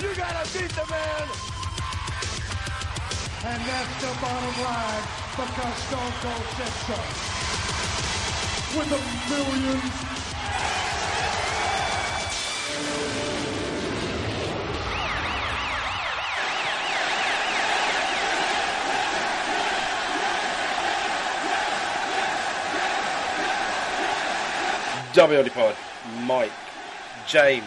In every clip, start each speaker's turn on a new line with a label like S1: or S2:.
S1: You gotta beat the man.
S2: And that's the bottom line because Stone Cold said so. With a million.
S3: WLD Pod, Mike, James.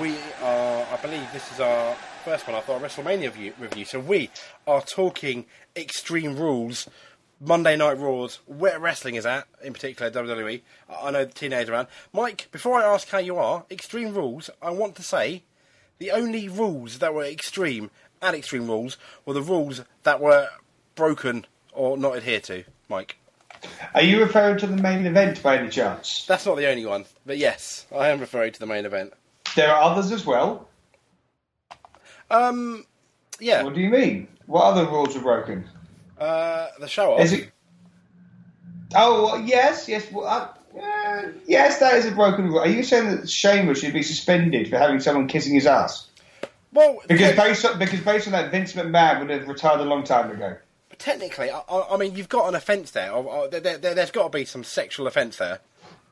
S3: We are, I believe this is our first one after our WrestleMania view, review. So we are talking Extreme Rules, Monday Night Raws, where wrestling is at, in particular WWE. I I know the teenagers around. Mike, before I ask how you are, Extreme Rules, I want to say the only rules that were extreme and Extreme Rules were the rules that were broken or not adhered to, Mike.
S4: Are you referring to the main event by any chance?
S3: That's not the only one, but yes, I am referring to the main event.
S4: There are others as well.
S3: Um, yeah,
S4: What do you mean? What other rules were broken?
S3: uh, the show off.
S4: Is it? Oh well, yes, yes. Well, uh, uh, yes, that is a broken rule. Are you saying that Shamer should be suspended for having someone kissing his ass?
S3: Well,
S4: Because
S3: te-
S4: based on, because based on that, Vince McMahon would have retired a long time ago.
S3: technically, I, I I mean, you've got an offence there. Of- of- there, there. There's got to be some sexual offence there.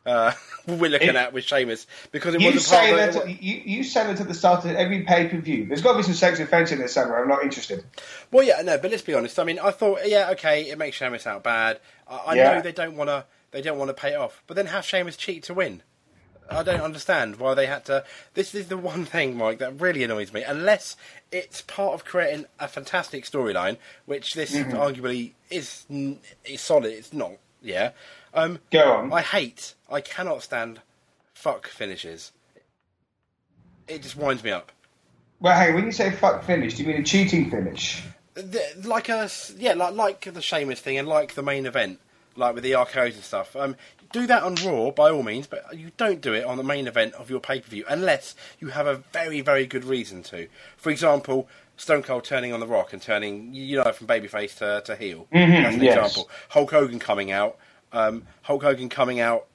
S3: Uh, we're looking
S4: It-
S3: at with Sheamus because it
S4: You
S3: wasn't part
S4: say
S3: of the,
S4: that at, you, you say that at the start of every pay per view. There's got to be some sex offence in there somewhere. I'm not interested.
S3: Well, yeah, no, but let's be honest. I mean, I thought, yeah, okay, it makes Sheamus out bad. I, I
S4: Yeah.
S3: know they don't want to, they don't want to pay it off, but then have Sheamus cheat to win. I don't understand why they had to. This is the one thing, Mike, that really annoys me. Unless it's part of creating a fantastic storyline, which this arguably is, n- is solid. It's not, yeah. Um,
S4: Go on.
S3: I hate, I cannot stand, fuck finishes. It just winds me up.
S4: well, hey, when you say fuck finish, do you mean a cheating finish?
S3: the, like a s- yeah, like like the Sheamus thing and like the main event, like with the RKO's and stuff. Um, do that on Raw by all means, but you don't do it on the main event of your pay per view unless you have a very very good reason to. For example, Stone Cold turning on The Rock and turning you know from babyface to to heel. That's an
S4: yes.
S3: example. Hulk Hogan coming out. Um, Hulk Hogan coming out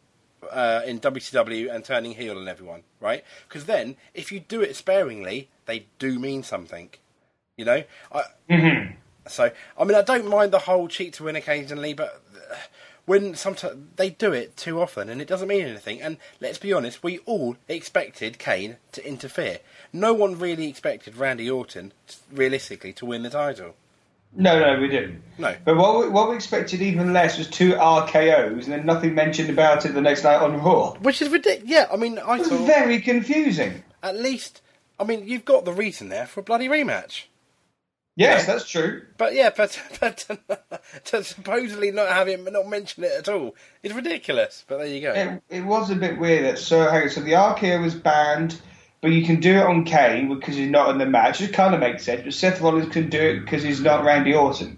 S3: uh, in WCW and turning heel on everyone, right? Because then, if you do it sparingly, they do mean something, you know. I, So, I mean, I don't mind the whole cheat to win occasionally, but uh, when sometimes they do it too often and it doesn't mean anything. And let's be honest, we all expected Kane to interfere. No one really expected Randy Orton, realistically, to win the title.
S4: No, no, we didn't.
S3: No.
S4: But what we, what we expected even less was two RKO's and then nothing mentioned about it the next night on Raw.
S3: Which is ridiculous. Yeah, I mean, I
S4: It was
S3: thought.
S4: very confusing.
S3: at least, I mean, you've got the reason there for a bloody rematch.
S4: Yes,
S3: Yeah.
S4: that's true.
S3: But yeah, but, but to supposedly not have him not mention it at all is ridiculous. But there you go.
S4: It, it was a bit weird that so hang on, so the RKO was banned, but you can do it on Kane because he's not in the match. It kind of makes sense. But Seth Rollins can do it because he's not Randy Orton.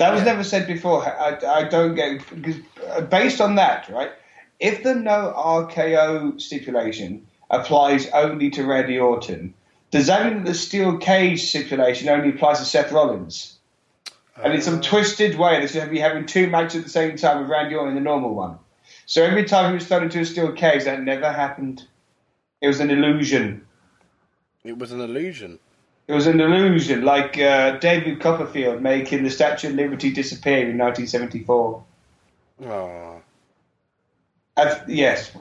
S4: That was
S3: Yeah.
S4: never said before. I, I don't get because uh, based on that, right? If the no RKO stipulation applies only to Randy Orton, does that mean that the steel cage stipulation only applies to Seth Rollins? And in some twisted way, they should be having two matches at the same time with Randy Orton in the normal one. So every time he was thrown into a steel cage, that never happened. It was an illusion.
S3: It was an illusion.
S4: It was an illusion, like uh, David Copperfield making the Statue of Liberty disappear in 1974.
S3: Aww.
S4: Uh, yes.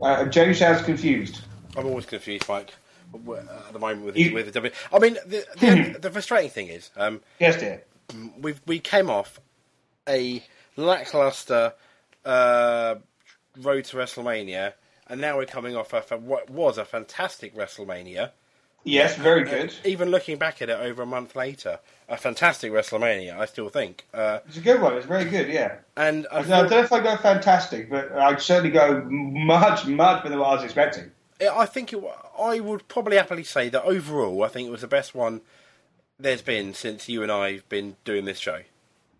S4: Uh, Joe sounds confused.
S3: I'm always confused, Mike. uh, At the moment with
S4: You-
S3: with the W. I mean, the the, the frustrating thing is, um,
S4: Yes, dear.
S3: we we came off a lackluster uh, road to WrestleMania, and now we're coming off a, fa- what was a fantastic WrestleMania.
S4: Yes, very good.
S3: Even looking back at it over a month later, a fantastic WrestleMania, I still think. Uh,
S4: It's a good one. It's very good, yeah.
S3: and
S4: I don't know if I go fantastic, but I'd certainly go much, much better than what I was expecting.
S3: Yeah, I think it, wa- I would probably happily say that overall, I think it was the best one there's been since you and I've been doing this show.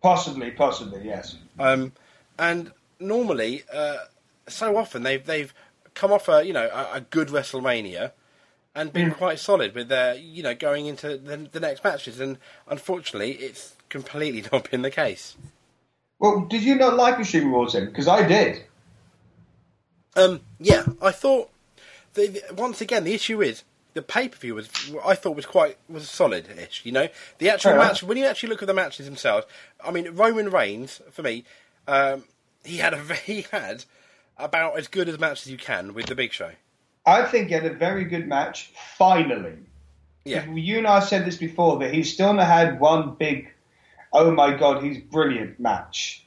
S4: Possibly, possibly, yes.
S3: Um, and normally, uh, so often they've they've come off a you know a, a good WrestleMania and been quite solid with their you know going into the, the next matches. And unfortunately, it's completely not been the case.
S4: Well, did you not like Machine Wars then? Because I did.
S3: Um, yeah, I thought. The, the- once again, the issue is the pay per view was I thought was quite was solid ish. You know, the actual
S4: Fair
S3: match when you actually look at the matches themselves. I mean, Roman Reigns for me, um, he had a ve- he had about as good a match as you can with the Big Show.
S4: I think he had a very good match, finally.
S3: Yeah,
S4: You and I said this before, but he's still not had one big, oh my god, he's brilliant match.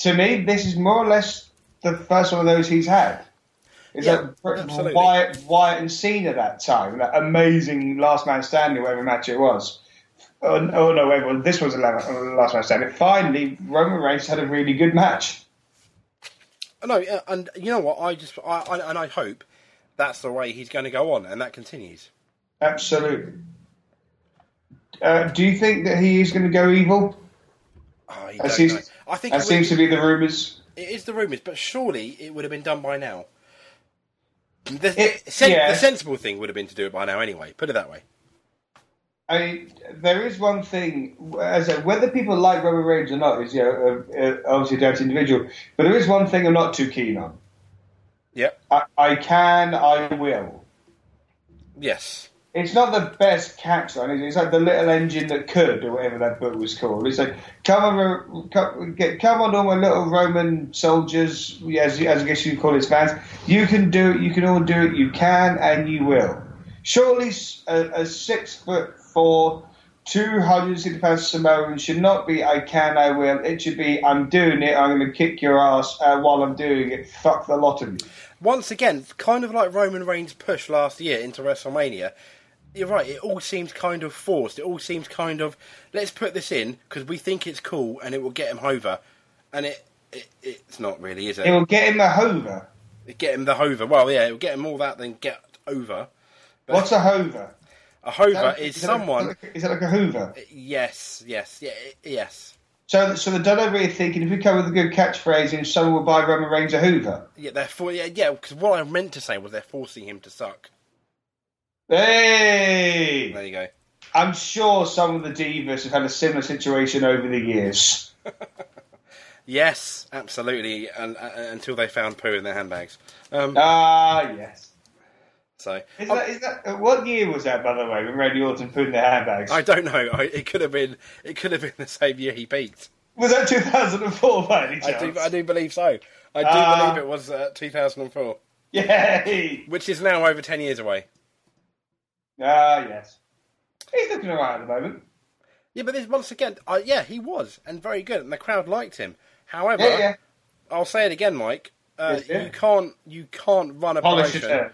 S4: To me, this is more or less the first one of those he's had. Is
S3: Yeah,
S4: that Br-
S3: absolutely.
S4: Wyatt, Wyatt and Cena that time, that amazing last man standing, whatever match it was. Oh, no, oh, no, wait, well, this was the la- last man standing. Finally, Roman Reigns had a really good match.
S3: Uh, no, yeah, and you know what? I just I, I and I hope that's the way he's going to go on, and that continues.
S4: Absolutely. Uh, do you think that he is going to go evil?
S3: Oh, you
S4: That
S3: don't
S4: seems-
S3: know. I think
S4: That
S3: it, would-
S4: seems to be the rumours.
S3: it is the rumours, but surely it would have been done by now. The,
S4: It-
S3: sen-
S4: yeah.
S3: the sensible thing would have been to do it by now anyway. Put it that way.
S4: I mean, there is one thing, as I- whether people like Roman Reigns or not is you know, uh, uh, obviously down to individual, but there is one thing I'm not too keen on.
S3: Yep.
S4: I, I can, I will.
S3: Yes.
S4: It's not the best catchline. is it? It's like the little engine that could, or whatever that book was called. It's like come on, Ro- come, get, come on, all my little Roman soldiers, yeah, as, as I guess you call his fans. You can do it. You can all do it. You can, and you will. Surely, s- a, a six foot four, two hundred sixty pound Samoan should not be I can, I will. It should be I'm doing it. I'm going to kick your ass uh, while I'm doing it. Fuck the lot of you.
S3: Once again, kind of like Roman Reigns' push last year into WrestleMania. You're right. It all seems kind of forced. It all seems kind of let's put this in because we think it's cool and it will get him over, and it, it it's not really, is
S4: It will get him a hover.
S3: get him the hover. Well, yeah, it'll get him all that, then get over.
S4: What's a hover?
S3: A hover is someone.
S4: Is it like a Hoover?
S3: Yes, yes, yeah, yes,
S4: So, so the WWE are thinking if we come with a good catchphrase, and someone will buy Roman Reigns a Hoover.
S3: yeah. They're for yeah, yeah. Because what I meant to say was they're forcing him to suck.
S4: Hey,
S3: There you go.
S4: I'm sure some of the divas have had a similar situation over the years.
S3: Yes, absolutely. And, uh, until they found poo in their handbags. Um,
S4: Ah, yes.
S3: so
S4: Is
S3: um,
S4: that, is that, uh, what year was that, by the way, when Randy Orton put in the handbags?
S3: I don't know. I, it could have been. It could have been the same year he peaked.
S4: was that 2004 by any
S3: I
S4: chance?
S3: do. I do believe so. I do
S4: Ah.
S3: believe it was uh, 2004,
S4: Yay!
S3: which is now over 10 years away.
S4: Ah, yes. He's looking alright at the moment.
S3: Yeah, but this once again, uh, yeah, he was and very good, and the crowd liked him. However,
S4: Yeah, yeah.
S3: I'll say it again, Mike. Uh,
S4: Yes, yeah.
S3: You can't. You can't run a
S4: Polish
S3: promotion.
S4: it up.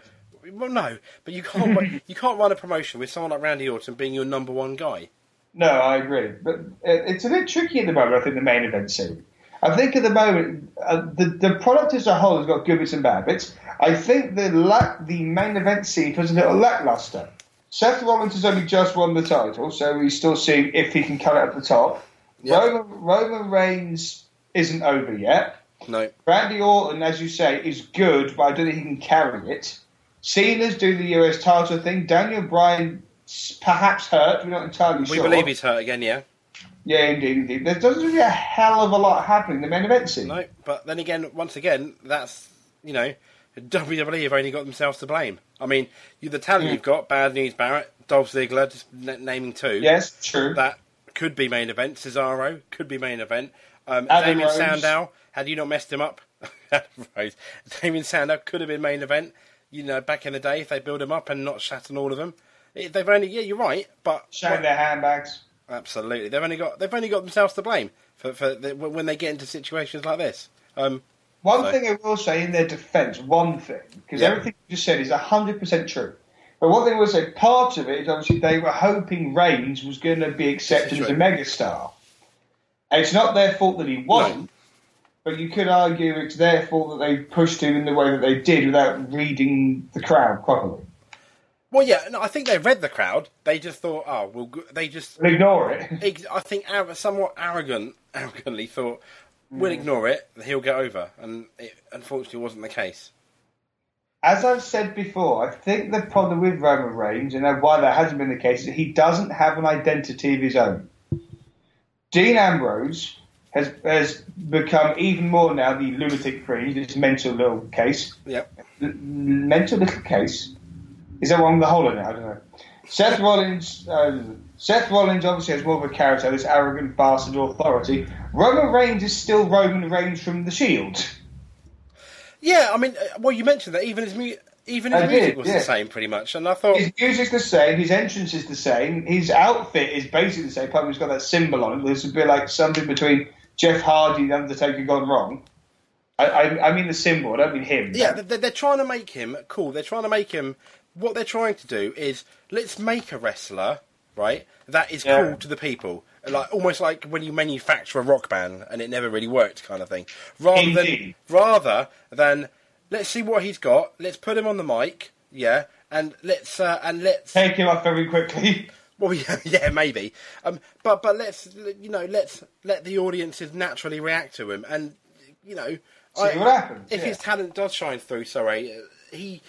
S3: Well, no, but you can't. ru- you can't run a promotion with someone like Randy Orton being your number one guy.
S4: No, I agree. But uh, it's a bit tricky at the moment, I think, the main event scene. I think at the moment, uh, the, the product as a whole has got good bits and bad bits. I think the lack, the main event scene was a little lackluster. Seth Rollins has only just won the title, so he's still seeing if he can cut it at the top. Roman, Roman Reigns isn't over yet.
S3: No.
S4: Randy Orton, as you say, is good, but I don't think he can carry it. Cena's doing the US title thing. Daniel Bryan s- perhaps hurt. We're not entirely
S3: We
S4: sure.
S3: believe he's hurt again, yeah.
S4: Yeah, indeed, indeed. There doesn't really a hell of a lot happening in the main event scene.
S3: No, but then again, once again, that's you know, WWE have only got themselves to blame. I mean, you, the talent you've got, Bad News Barrett, Dolph Ziggler, just n- naming two.
S4: Yes, true.
S3: that could be main event. Cesaro could be main event. Um,
S4: Adam
S3: Damien
S4: Rose.
S3: Sandow, had you not messed him up, Adam Rose. Damien Sandow could have been main event. You know, back in the day, if they build him up and not shattering all of them, It- they've only yeah, you're right, but
S4: Showing their handbags.
S3: absolutely, they've only got they've only got themselves to blame for, for the, when they get into situations like this. Um,
S4: One
S3: So-
S4: thing I will say in their defence, one thing, because
S3: Yeah.
S4: everything you just said is 100% true. But one thing I will say, part of it is obviously they were hoping Reigns was going to be accepted
S3: This
S4: as
S3: is
S4: a megastar. And it's not their fault that he wasn't, but you could argue it's their fault that they pushed him in the way that they did without reading the crowd properly.
S3: well, yeah, no, I think they read the crowd. They just thought, oh, well, g- they just
S4: Ignore it.
S3: ex- I think ar- somewhat arrogant, arrogantly thought, we'll
S4: Mm.
S3: ignore it, he'll get over. And it unfortunately wasn't the case.
S4: As I've said before, I think the problem with Roman Reigns, and why that hasn't been the case, is he doesn't have an identity of his own. Dean Ambrose has has become even more now the lunatic fringe, this mental little case,
S3: Yep.
S4: mental little case. Is that one with a hole in it? I don't know. Seth Rollins, uh, Seth Rollins obviously has more of a character, this arrogant bastard authority. Roman Reigns is still Roman Reigns from The Shield.
S3: Yeah, I mean, uh, well, you mentioned that even his mu- even his
S4: I
S3: music
S4: did,
S3: was
S4: yeah.
S3: the same, pretty much. And I thought,
S4: His music's the same, his entrance is the same, his outfit is basically the same, probably he's got that symbol on it. This would be like something between Jeff Hardy and Undertaker gone wrong. I, I, I mean the symbol, I don't mean him.
S3: yeah, they're, they're trying to make him cool. They're trying to make him. What they're trying to do is let's make a wrestler, right? That is
S4: Yeah.
S3: cool to the people, like almost like when you manufacture a rock band and it never really worked, kind of thing. Rather
S4: Indeed.
S3: than rather than let's see what he's got. Let's put him on the mic, yeah, and let's uh, and let's
S4: Take him off very quickly.
S3: Well, yeah, yeah, maybe. Um, but but let's you know let's let the audiences naturally react to him, and you know,
S4: what happens,
S3: If
S4: yeah.
S3: his talent does shine through, sorry, he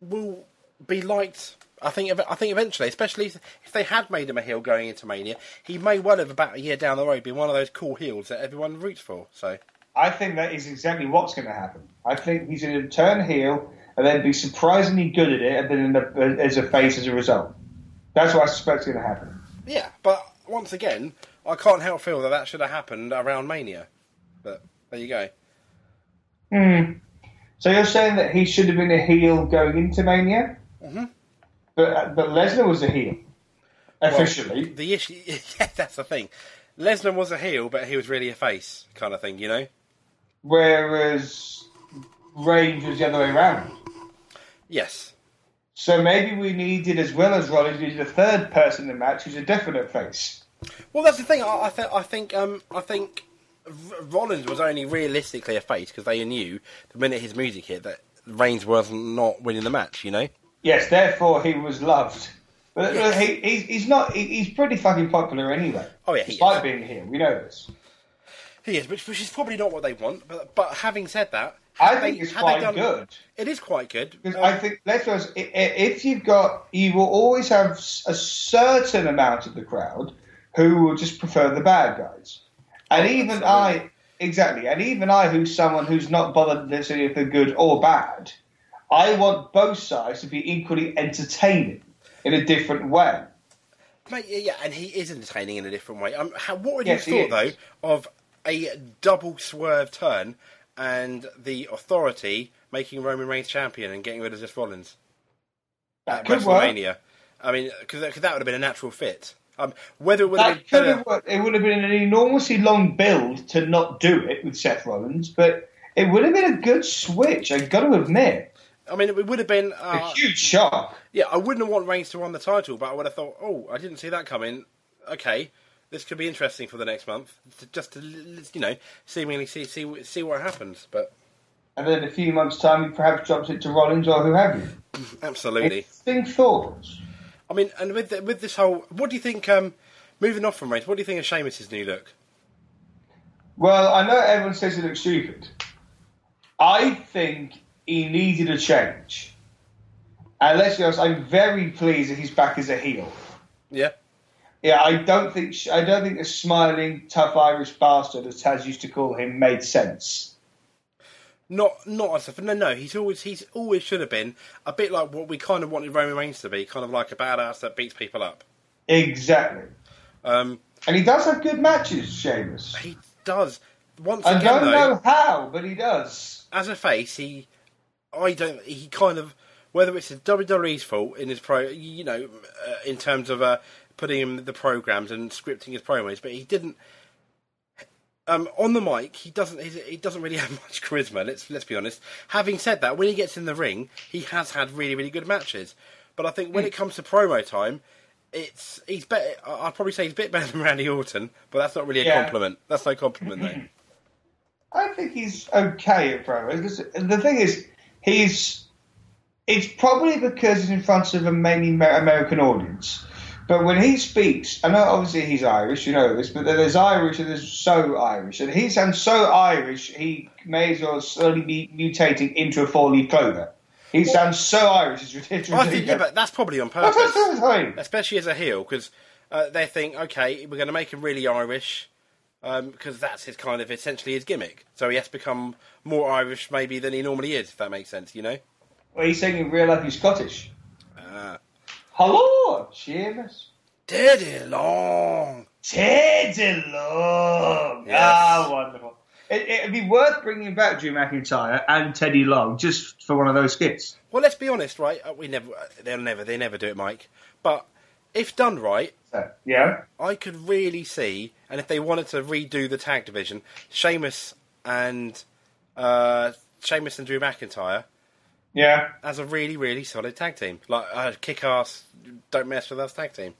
S3: will be liked. I think ev- I think eventually, especially if if they had made him a heel going into Mania, he may well have about a year down the road been one of those cool heels that everyone roots for. So
S4: I think that is exactly what's going to happen. I think he's going to turn heel and then be surprisingly good at it and then end up as a face as a result. That's what I suspect is going to happen.
S3: yeah, but once again, I can't help feel that that should have happened around Mania. But there you go.
S4: So you're saying that he should have been a heel going into Mania, mm-hmm. but but Lesnar was a heel officially.
S3: The issue, yeah, that's the thing. Lesnar was a heel, but he was really a face kind of thing, you know.
S4: whereas Reigns was the other way around.
S3: Yes,
S4: So maybe we needed, as well as Rollins, we needed a third person in the match who's a definite face.
S3: Well, that's the thing. I, I, th- I think um, I think R- Rollins was only realistically a face because they knew the minute his music hit that Reigns was not winning the match. You know.
S4: Yes, therefore he was loved. But but he, he's, he's not. He, he's pretty fucking popular anyway.
S3: Oh, yeah, he
S4: despite
S3: is.
S4: being here, we know this.
S3: He is, which, which is probably not what they want. But but having said that,
S4: I
S3: had
S4: think
S3: they-
S4: it's
S3: had they
S4: quite
S3: done-
S4: good.
S3: It is quite good.
S4: 'Cause
S3: Um,
S4: I think let's be honest. i- i- If you've got, you will always have s- a certain amount of the crowd who will just prefer the bad guys, and even I,
S3: absolutely.
S4: exactly, and even I, who's someone who's not bothered necessarily if they're good or bad, I want both sides to be equally entertaining in a different way.
S3: Mate, yeah, yeah, and he is entertaining in a different way. Um, how, what would
S4: Yes,
S3: you
S4: he
S3: have thought
S4: is.
S3: though of a double swerve turn and the Authority making Roman Reigns champion and getting rid of Seth Rollins
S4: That
S3: at
S4: could work.
S3: WrestleMania? I mean, because that, 'cause that would have been a natural fit. Um, whether it would have been
S4: That could
S3: better-
S4: have worked. It would have been an enormously long build to not do it with Seth Rollins, but it would have been a good switch. I've got to admit,
S3: I mean, it would have been.
S4: a
S3: Uh,
S4: huge shock.
S3: yeah, I wouldn't have wanted Reigns to win the title, but I would have thought, oh, I didn't see that coming. Okay, this could be interesting for the next month, to- just to l- l- you know, seemingly see see see what happens. But
S4: and then in a few months' time, he perhaps drops it to Rollins or who have you.
S3: absolutely.
S4: Interesting thoughts.
S3: I mean, and with the, with this whole, what do you think? Um, moving off from Reigns, what do you think of Sheamus's new look?
S4: Well, I know everyone says he looks stupid. I think he needed a change. And let's be honest, I'm very pleased that he's back as a heel.
S3: Yeah,
S4: Yeah, I don't think I don't think the smiling, tough Irish bastard, as Taz used to call him, made sense.
S3: not not as a no, no. He's always he's always should have been a bit like what we kind of wanted Roman Reigns to be, kind of like a badass that beats people up.
S4: Exactly.
S3: Um,
S4: And he does have good matches, Sheamus.
S3: he does once
S4: I
S3: again
S4: don't
S3: though.
S4: know how, but he does.
S3: as a face, he, I don't, he kind of, whether it's the WWE's fault in his pro, you know, uh, in terms of uh, putting in the programs and scripting his promos, but he didn't. Um, on the mic, he doesn't. he's- He doesn't really have much charisma. Let's let's be honest. Having said that, when he gets in the ring, he has had really really good matches. But I think when it comes to promo time, it's he's better. I- I'd probably say he's a bit better than Randy Orton, but that's not really a
S4: Yeah.
S3: compliment. That's no compliment though.
S4: I think he's okay at promos. 'cause the thing is, he's. It's probably because he's in front of a mainly Amer- American audience. But when he speaks, I know obviously he's Irish, you know this, but there's Irish and there's so Irish. And he sounds so Irish, he may as well slowly be mutating into a four leaf clover. He sounds so Irish, it's ridiculous.
S3: I think yeah, but that's probably on purpose. especially as a heel, because uh, they think, okay, we're going to make him really Irish, because that's his kind of essentially his gimmick. So he has to become more Irish maybe than he normally is, if that makes sense, you know.
S4: Well, he's saying in real life he's Scottish.
S3: Uh,
S4: Hello, Seamus.
S3: Teddy Long.
S4: Teddy Long.
S3: Yes.
S4: Ah, wonderful. It, it'd be worth bringing back Drew McIntyre and Teddy Long just for one of those skits.
S3: Well, let's be honest, right? Uh, We never, uh, they'll never, they never do it, Mike. But if done right,
S4: So, yeah.
S3: I could really see, and if they wanted to redo the tag division, Sheamus and uh, Sheamus and Drew McIntyre
S4: Yeah.
S3: as a really, really solid tag team, like uh, kick ass, don't mess with us tag team.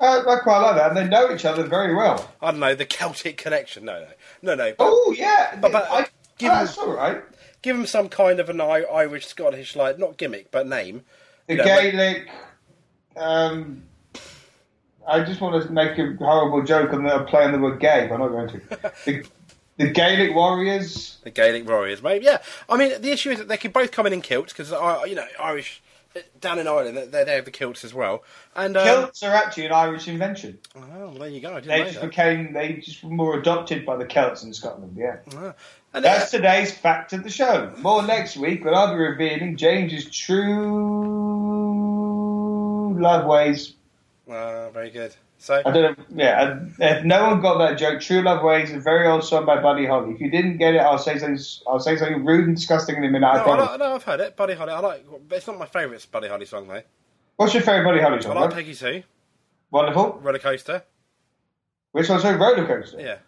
S4: Uh, I quite like that. And they know each other very well.
S3: I don't know the Celtic connection. No, no, no, no.
S4: Oh, yeah.
S3: But- but,
S4: I, oh,
S3: give
S4: that's all right.
S3: Give them some kind of an I- Irish Scottish, like not gimmick but name.
S4: The
S3: You know, like-
S4: Gaelic. Um, I just want to make a horrible joke on the play on the word gay, but I'm not going to. the, the Gaelic Warriors.
S3: The Gaelic Warriors, maybe. Yeah, I mean the issue is that they could both come in in kilts because you know Irish eh, down in Ireland they- they they have the kilts as well. And um,
S4: Celts are actually an Irish invention.
S3: oh, well, there you go. I
S4: They
S3: didn't
S4: just
S3: know that.
S4: became they just were more adopted by the Celts in Scotland. Yeah,
S3: Ah. And,
S4: that's
S3: uh,
S4: today's fact of the show. More next week when I'll be revealing James's true love ways.
S3: ah, very good. So
S4: I don't know. Yeah, I- if no one got that joke, true love ways is a very old song by Buddy Holly. If you didn't get it, I'll say something. I'll say something rude and disgusting in a minute. I
S3: no, I
S4: promise.
S3: like, no, I've heard it. Buddy Holly. I like. It's not my favourite Buddy Holly song though.
S4: What's your favourite Buddy Holly
S3: I
S4: song?
S3: like
S4: Rob?
S3: Peggy Sue,
S4: Wonderful.
S3: Roller Coaster.
S4: Which one's your roller coaster?
S3: Yeah.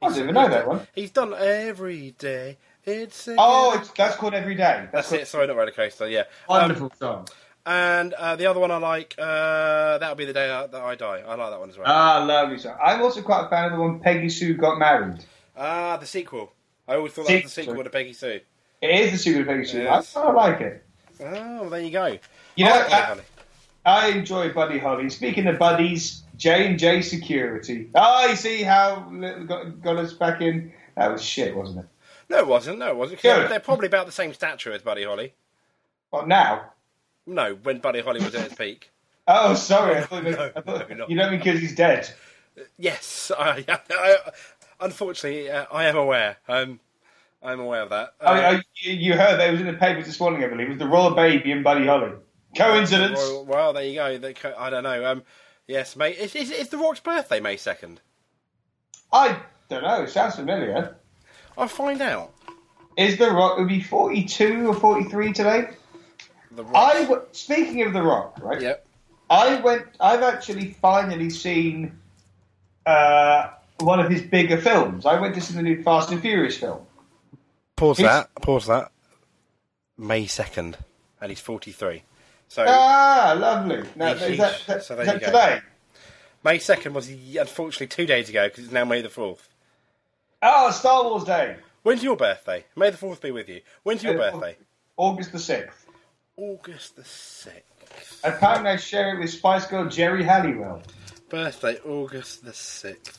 S4: I didn't even know that one.
S3: He's done every day. It's a
S4: Oh, it's, that's called Every Day. That's,
S3: that's it. Sorry, not roller coaster. Yeah. Um,
S4: a wonderful song.
S3: And uh, the other one I like, uh, that'll be the day I- that I die. I like that one as well.
S4: Ah, lovely song. I'm also quite a fan of the one Peggy Sue got married.
S3: Ah, the sequel. I always thought that was the
S4: Sequel.
S3: sequel to Peggy Sue.
S4: It is the sequel to Peggy Sue.
S3: Yes.
S4: I kind of like it.
S3: Oh, well, there you go.
S4: You
S3: I
S4: know, uh,
S3: like Buddy
S4: I-
S3: Holly.
S4: I enjoy Buddy Holly. Speaking of buddies, J and J Security. Ah, you see how little got, got us back in. That was shit, wasn't it?
S3: No, it wasn't. No, it wasn't. 'Cause
S4: Yeah.
S3: They're, they're probably about the same stature as Buddy Holly.
S4: Well, now.
S3: No, when Buddy Holly was at his peak.
S4: Oh, sorry. I thought,
S3: No,
S4: I thought-
S3: no, no.
S4: you know because he's dead.
S3: Yes, I, I- unfortunately, uh, I am aware. Um, I'm aware of that.
S4: I mean,
S3: Uh,
S4: I- you you heard that it was in the papers this morning, I believe. It was the royal baby and Buddy Holly. Coincidence?
S3: well, well, there you go. They co- I don't know. Um, yes, May. It's, it's, it's The Rock's birthday, May 2nd.
S4: I don't know. It sounds familiar.
S3: I'll find out.
S4: Is The Rock, it would be 42 or 43 today?
S3: The Rock.
S4: I w- speaking of The Rock, right?
S3: Yep.
S4: I went. I've actually finally seen uh, one of his bigger films. I went to see the new Fast and Furious film.
S3: Pause
S4: He's-
S3: that. Pause that. May Uh, 2nd. And he's 43. So,
S4: Ah, lovely. Now,
S3: He's-
S4: is that,
S3: he's-
S4: that-
S3: so
S4: is
S3: there
S4: that
S3: you go.
S4: today?
S3: May 2nd was unfortunately two days ago because it's now May the 4th.
S4: Oh, Star Wars Day,
S3: When's your birthday? May the 4th be with you. When's your
S4: Uh,
S3: birthday?
S4: August the sixth.
S3: August the 6th.
S4: Apparently, I share it with Spice Girl Jerry Halliwell.
S3: Birthday, August the 6th.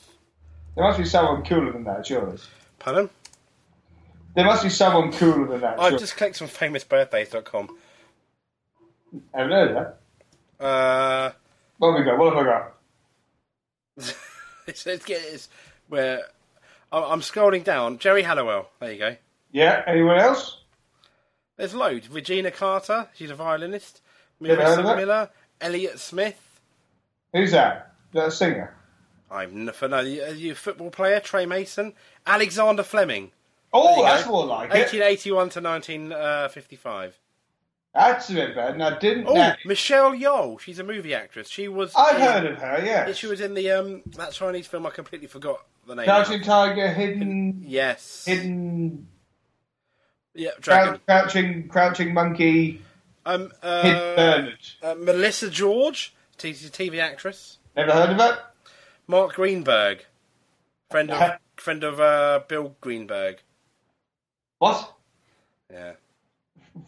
S4: There must be someone cooler than that, surely.
S3: Pardon?
S4: There must be someone cooler than that.
S3: I've
S4: surely.
S3: just clicked on famousbirthdays.com.
S4: I haven't heard of that.
S3: Uh,
S4: What have we got? What have I got?
S3: it's, it's, it's where I- I'm scrolling down. Jerry Halliwell. There you go.
S4: Yeah. Anyone else?
S3: There's loads. Regina Carter, she's a violinist.
S4: Never heard of
S3: Marissa
S4: her.
S3: Miller, Elliot Smith.
S4: Who's that? That singer.
S3: I'm n- for no you, you football player Trey Mason, Alexander Fleming,
S4: Oh,
S3: you
S4: that's
S3: go.
S4: more like it.
S3: 1881 to 1955.
S4: That's a bit bad. Now, didn't
S3: Oh,
S4: that?
S3: Michelle Yeoh, she's a movie actress. She was
S4: I've
S3: in-
S4: heard of her,
S3: yeah,
S4: yeah.
S3: She was in the um that Chinese film I completely forgot the name. now.
S4: Crouching Tiger, Hidden,
S3: Yes.
S4: Hidden,
S3: Yeah, Dragon.
S4: Crou- Crouching, Crouching Monkey,
S3: Um
S4: Hidden
S3: uh,
S4: Bernard.
S3: uh, Melissa George, t- she's a TV actress.
S4: Never heard of it?
S3: Mark Greenberg, friend of friend of uh, Bill Greenberg.
S4: What?
S3: Yeah.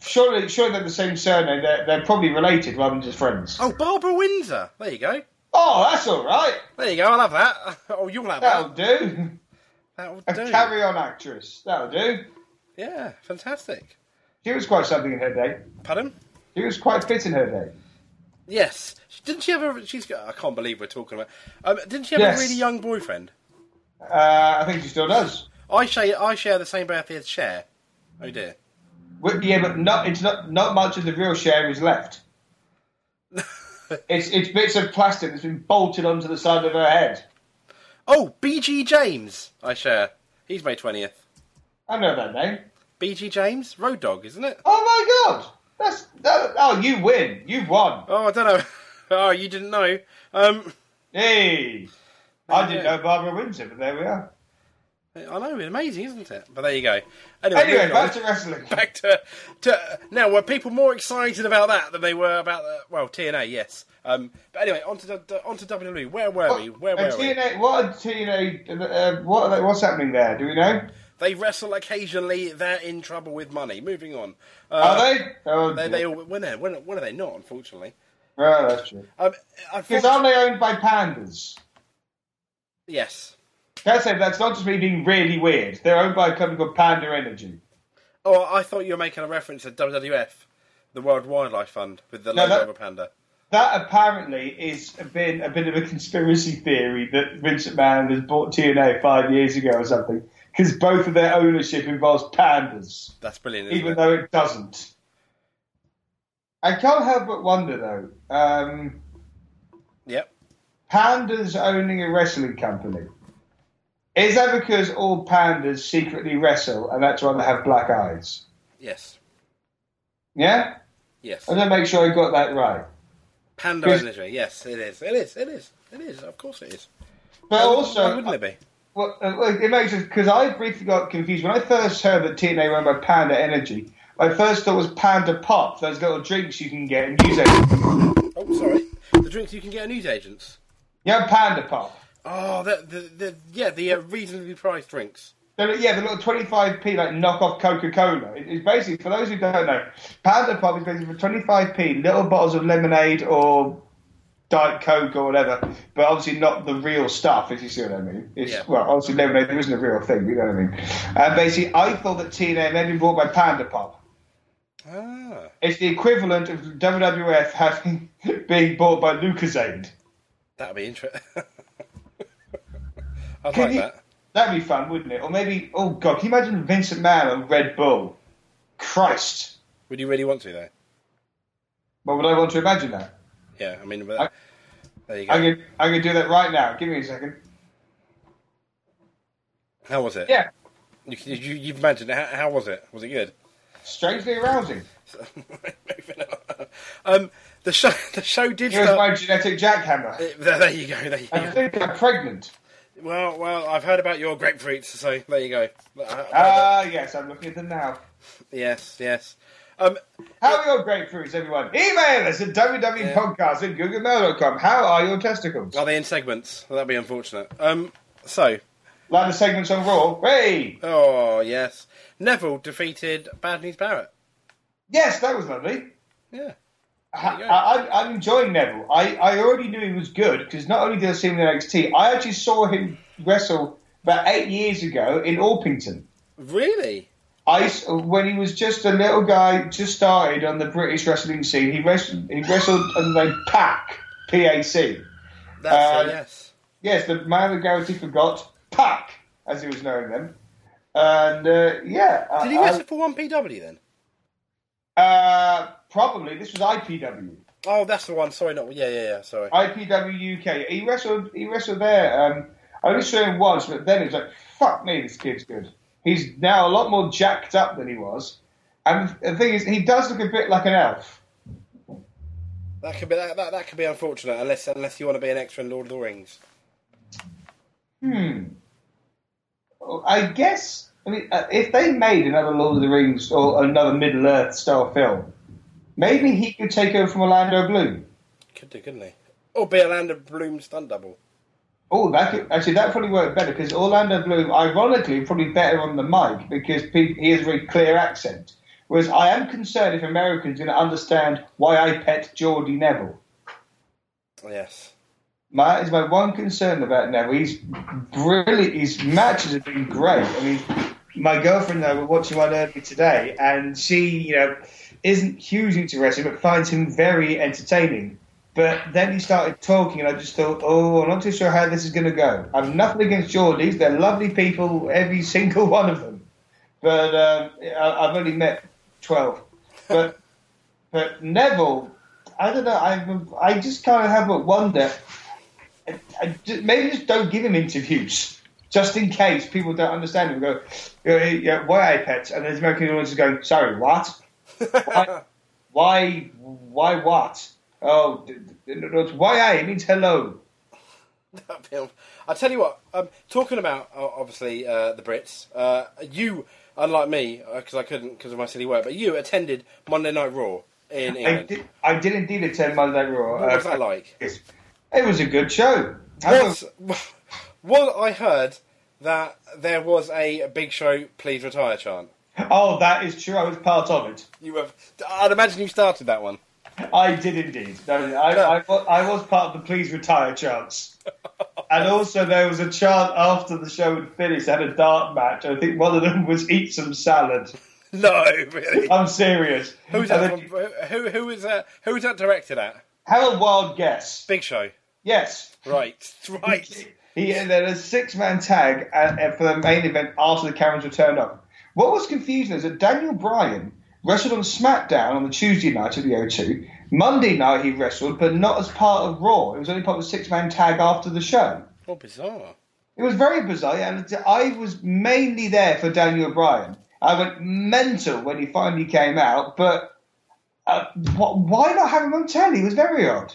S4: Surely, surely they're the same surname. They're, they're probably related rather than just friends.
S3: Oh, Barbara Windsor. There you go.
S4: Oh, that's all right.
S3: There you go. I'll have that. Oh, you'll have
S4: That'll
S3: that.
S4: do.
S3: That'll
S4: A
S3: do.
S4: carry-on actress. That'll do.
S3: Yeah, fantastic.
S4: She was quite something in her day.
S3: Pardon?
S4: She was quite fit in her day.
S3: Yes. Didn't she have a? She's. got- I can't believe we're talking about. Um, didn't she have
S4: Yes.
S3: a really young boyfriend?
S4: Uh, I think she still does.
S3: I share. I share the same birthday as Cher. Oh dear.
S4: Well, Yeah, but not, it's not, not much of the real share is left. It's it's bits of plastic that's been bolted onto the side of her head.
S3: Oh, BG James, I share. He's May 20th.
S4: I know that name.
S3: BG James? Road Dog, isn't it?
S4: Oh my god! That's that, oh, you win. You've won.
S3: Oh, I don't know. oh, you didn't know. Um,
S4: Hey, I didn't
S3: Yeah.
S4: know Barbara Windsor, but there we are.
S3: I know, it's amazing, isn't it? But there you go. Anyway,
S4: Anyway,
S3: moving on.
S4: back to wrestling.
S3: back to, to now were people more excited about that than they were about the, well TNA yes um, but anyway onto to onto WWE where were we where were
S4: And TNA, what are TNA? Uh, what are they, what's happening there? Do we know?
S3: we they wrestle occasionally they're in trouble with money moving on
S4: Are
S3: uh,
S4: they? Oh,
S3: they
S4: dear.
S3: they all when they when, when are they not unfortunately
S4: Oh, that's true.
S3: um, I
S4: Because
S3: thought-
S4: aren't they owned by pandas?
S3: yes
S4: Can I say that's not just me being really weird? They're owned by a company called Panda Energy.
S3: oh I thought you were making a reference to WWF the World Wildlife Fund with the
S4: No,
S3: logo
S4: that-
S3: of a panda
S4: That apparently is been a bit of a conspiracy theory that Vince McMahon has bought TNA five years ago or something. Because both of their ownership involves pandas,
S3: that's brilliant isn't
S4: even
S3: it?
S4: though it doesn't. I can't help but wonder though. Um,
S3: yep
S4: pandas owning a wrestling company. Is that because all pandas secretly wrestle and that's why they have black eyes?
S3: yes
S4: Yeah?
S3: yes
S4: I'm going to make sure I got that right.
S3: panda
S4: Because-
S3: energy yes it is it is it is it is of course it is why
S4: But also,
S3: wouldn't it be
S4: well, uh, well, it makes sense because I briefly got confused. When I first heard that TNA were owned by Panda Energy, my first thought was Panda Pop, those little drinks you can get and use it.
S3: Oh, sorry. The drinks you can get at newsagents.
S4: Yeah, Panda Pop.
S3: Oh, the, the, the yeah, the uh, reasonably priced drinks.
S4: They're, yeah, the little 25p like knockoff Coca Cola. It, it's basically, for those who don't know, Panda Pop is basically for 25p little bottles of lemonade or Diet Coke or whatever, but obviously not the real stuff, if you see what I mean. It's,
S3: Yeah.
S4: Well, obviously, lemonade there isn't a real thing, you know what I mean. And basically, I thought that TNA may be bought by Panda Pop.
S3: Ah,
S4: It's the equivalent of WWF having being bought by LucasAid.
S3: that'd be interesting. I'd
S4: Can
S3: like
S4: you-
S3: that.
S4: That'd be fun, wouldn't it? Or maybe, oh god, can you imagine Vincent Mann on Red Bull? Christ.
S3: Would you really want to though?
S4: What would I want to imagine that?
S3: Yeah, I mean, but,
S4: I-
S3: there you go.
S4: I can I can do that right now. Give me a second.
S3: how was it?
S4: Yeah,
S3: you, you, you've imagined it. How, how was it? Was it good?
S4: strangely arousing.
S3: Moving on. um, the show, the show did
S4: Here's
S3: start.
S4: my genetic jackhammer.
S3: There, there you go. There you
S4: I
S3: go.
S4: think I'm pregnant.
S3: Well, well, I've heard about your grapefruits, so there you go. uh,
S4: Ah, yes, I'm looking at them now.
S3: yes, yes. Um,
S4: How are your grapefruits, everyone? Email us at www.podcast at googlemail.com. How are your testicles?
S3: Are they in segments? Well, that'd be unfortunate. Um, so,
S4: Like the segments on Raw. Hey!
S3: oh yes, Neville defeated Bad News Barrett.
S4: Yes, that was lovely.
S3: Yeah,
S4: I,
S3: you go.
S4: I, I'm enjoying Neville. I, I already knew he was good because not only did I see him in NXT, I actually saw him wrestle about eight years ago in Orpington.
S3: really?
S4: I, when he was just a little guy, just started on the British wrestling scene, he wrestled, he wrestled under the name Pac, P-A-C.
S3: That's
S4: Uh,
S3: a yes.
S4: Yes, the man that Garrity forgot, Pac, as he was known then. And uh, yeah, I-
S3: Did he
S4: I-
S3: wrestle for One PW then?
S4: uh, probably this was IPW,
S3: Oh, that's the one. Sorry, not yeah, yeah, yeah. Sorry.
S4: IPW UK. He wrestled, he wrestled there. Um, I only saw him once, but then it was like, fuck me, this kid's good. He's now a lot more jacked up than he was. And the thing is, he does look a bit like an elf.
S3: That could be that, that. That could be unfortunate unless unless you want to be an extra in Lord of the Rings.
S4: I guess. I mean, uh, if they made another Lord of the Rings or another Middle Earth style film, maybe he could take over from Orlando Bloom.
S3: Could do, couldn't he? Or be a Land of Bloom stunt double.
S4: Oh, that could, actually that probably worked better because Orlando Bloom, ironically, probably better on the mic because pe- he has a very clear accent. Whereas I am concerned if Americans are going to understand why I pet Geordie Neville.
S3: Yes.
S4: My is my one concern about Neville. He's brilliant. His matches have been great. I mean, my girlfriend and I were watching one earlier today, and she, you know, isn't huge into wrestling, but finds him very entertaining. But then he started talking, and I just thought, oh, I'm not too sure how this is going to go. I've nothing against Geordies; they're lovely people, every single one of them. But um, I- I've only met twelve. But but Neville, I don't know. I I just kind of have a wonder. I, I ju- maybe just don't give him interviews, just in case people don't understand him. Go, yeah, yeah, why iPads? And the American audience is going, sorry, what? Why? Why? Why what? Oh, d- d- no, no, it's why I it means hello.
S3: that film. I tell you what, um, talking about uh, obviously uh, the Brits, uh, you, unlike me, because I couldn't because of my silly work, but you attended Monday Night Raw in
S4: I
S3: England.
S4: did, I did indeed attend Monday Night Raw.
S3: What was
S4: Uh,
S3: that like?
S4: It was a good show. I
S3: Was, was I heard that there was a Big Show "Please Retire" chant?
S4: was- oh, that is true. I was part of it.
S3: You have, I'd imagine you started that one.
S4: I did indeed. No, I, I, wa- I was part of the please retire chants. And also, there was a chant after the show had finished. They had a dart match. I think one of them was eat some salad.
S3: No, really.
S4: I'm serious.
S3: Who's
S4: And
S3: that?
S4: then-
S3: From, who who is that? Who is that directed at?
S4: Have a wild guess.
S3: Big Show.
S4: Yes.
S3: Right, right.
S4: He ended a six man tag uh, uh, for the main event after the cameras were turned up. What was confusing is that Daniel Bryan wrestled on SmackDown on the Tuesday night of the O2. Monday night he wrestled, but not as part of Raw. It was only part of the six man tag after the show.
S3: What bizarre.
S4: It was very bizarre, yeah, and I was mainly there for Daniel Bryan. I went mental when he finally came out, but uh, wh- why not have him on telly? It was very odd.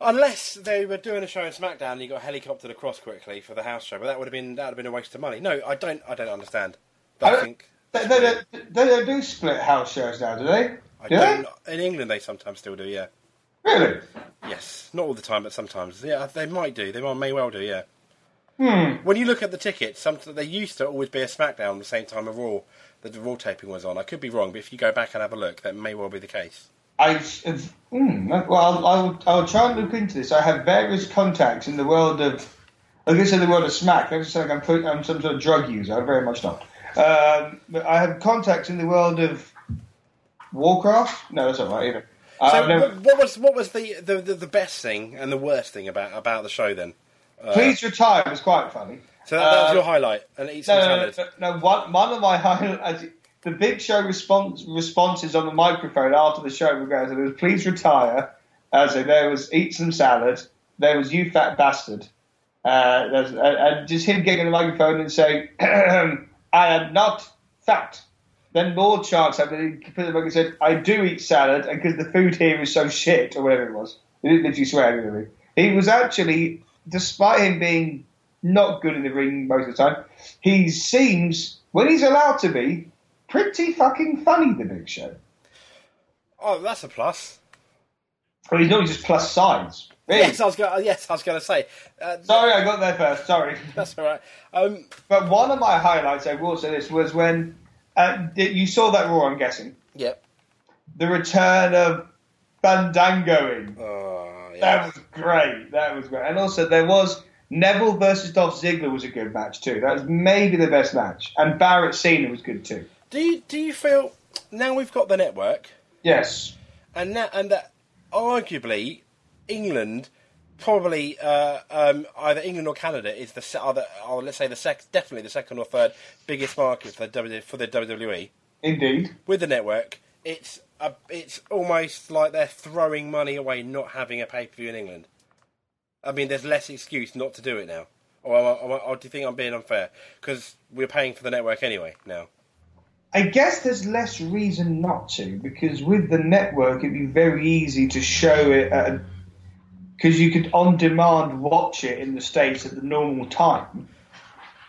S3: Unless they were doing a show in SmackDown and you got helicoptered across quickly for the house show, but that would have been that would have been a waste of money. No, I don't. I don't understand. I,
S4: I don't-
S3: think
S4: They, they, they, they don't do split house shows now, do they?
S3: I
S4: do they?
S3: don't. In England, they sometimes still do. Yeah.
S4: Really?
S3: Yes. Not all the time, but sometimes. Yeah, they might do. They might- may well do. Yeah.
S4: Hmm.
S3: When you look at the tickets, some, they used to always be a SmackDown at the same time a Raw. that The Raw taping was on. I could be wrong, but if you go back and have a look, that may well be the case.
S4: I mm, well, I'll, I'll, I'll try and look into this. I have various contacts in the world of, I guess, in the world of smack. I'm, just like I'm, pro- I'm some sort of drug user. I'm very much not. Um, but I have contacts in the world of Warcraft. No, that's not right either. Uh,
S3: So,
S4: I've never-
S3: what, what was what was the, the, the, the best thing and the worst thing about about the show then?
S4: Please retire was quite funny.
S3: So that, that was
S4: Uh,
S3: your highlight, and eat some
S4: No, no,
S3: salad.
S4: no, no, no, one, one of my highlights. The big show response responses on the microphone after the show were going. So there was please retire. Uh, so there was eat some salad. There was you fat bastard. Uh, there's, uh, and just him getting on the microphone and saying, "I am not fat." Then more chance happened. He put the mic and said, "I do eat salad," and because the food here is so shit or whatever it was, he didn't literally swear at anybody. He was actually, despite him being not good in the ring most of the time. He seems, when he's allowed to be, pretty fucking funny, the big show.
S3: Oh, that's a plus.
S4: Well, he's not just plus size. Really?
S3: Yes, I was going. Yes, I was going to say. Uh,
S4: Sorry, I got there first. Sorry.
S3: that's all right. Um,
S4: But one of my highlights, I will say this, was when uh, you saw that Raw, I'm guessing.
S3: yep.
S4: The return of Bandangoing.
S3: Uh,
S4: That
S3: yeah.
S4: was great. That was great. And also, there was Neville versus Dolph Ziggler was a good match, too. That was maybe the best match. And Barrett Cena was good, too.
S3: Do you do you feel now we've got the network
S4: Yes.
S3: and that and that arguably England probably uh, um, either England or Canada is the se- other or let's say the sec- definitely the second or third biggest market for the w- E. for the WWE
S4: Indeed.
S3: with the network. It's a, it's almost like they're throwing money away not having a pay per view in England. I mean, there's less excuse not to do it now. Or, am I- am I- or do you think I'm being unfair? Because we're paying for the network anyway now.
S4: I guess there's less reason not to because with the network, it'd be very easy to show it because you could on demand watch it in the states at the normal time.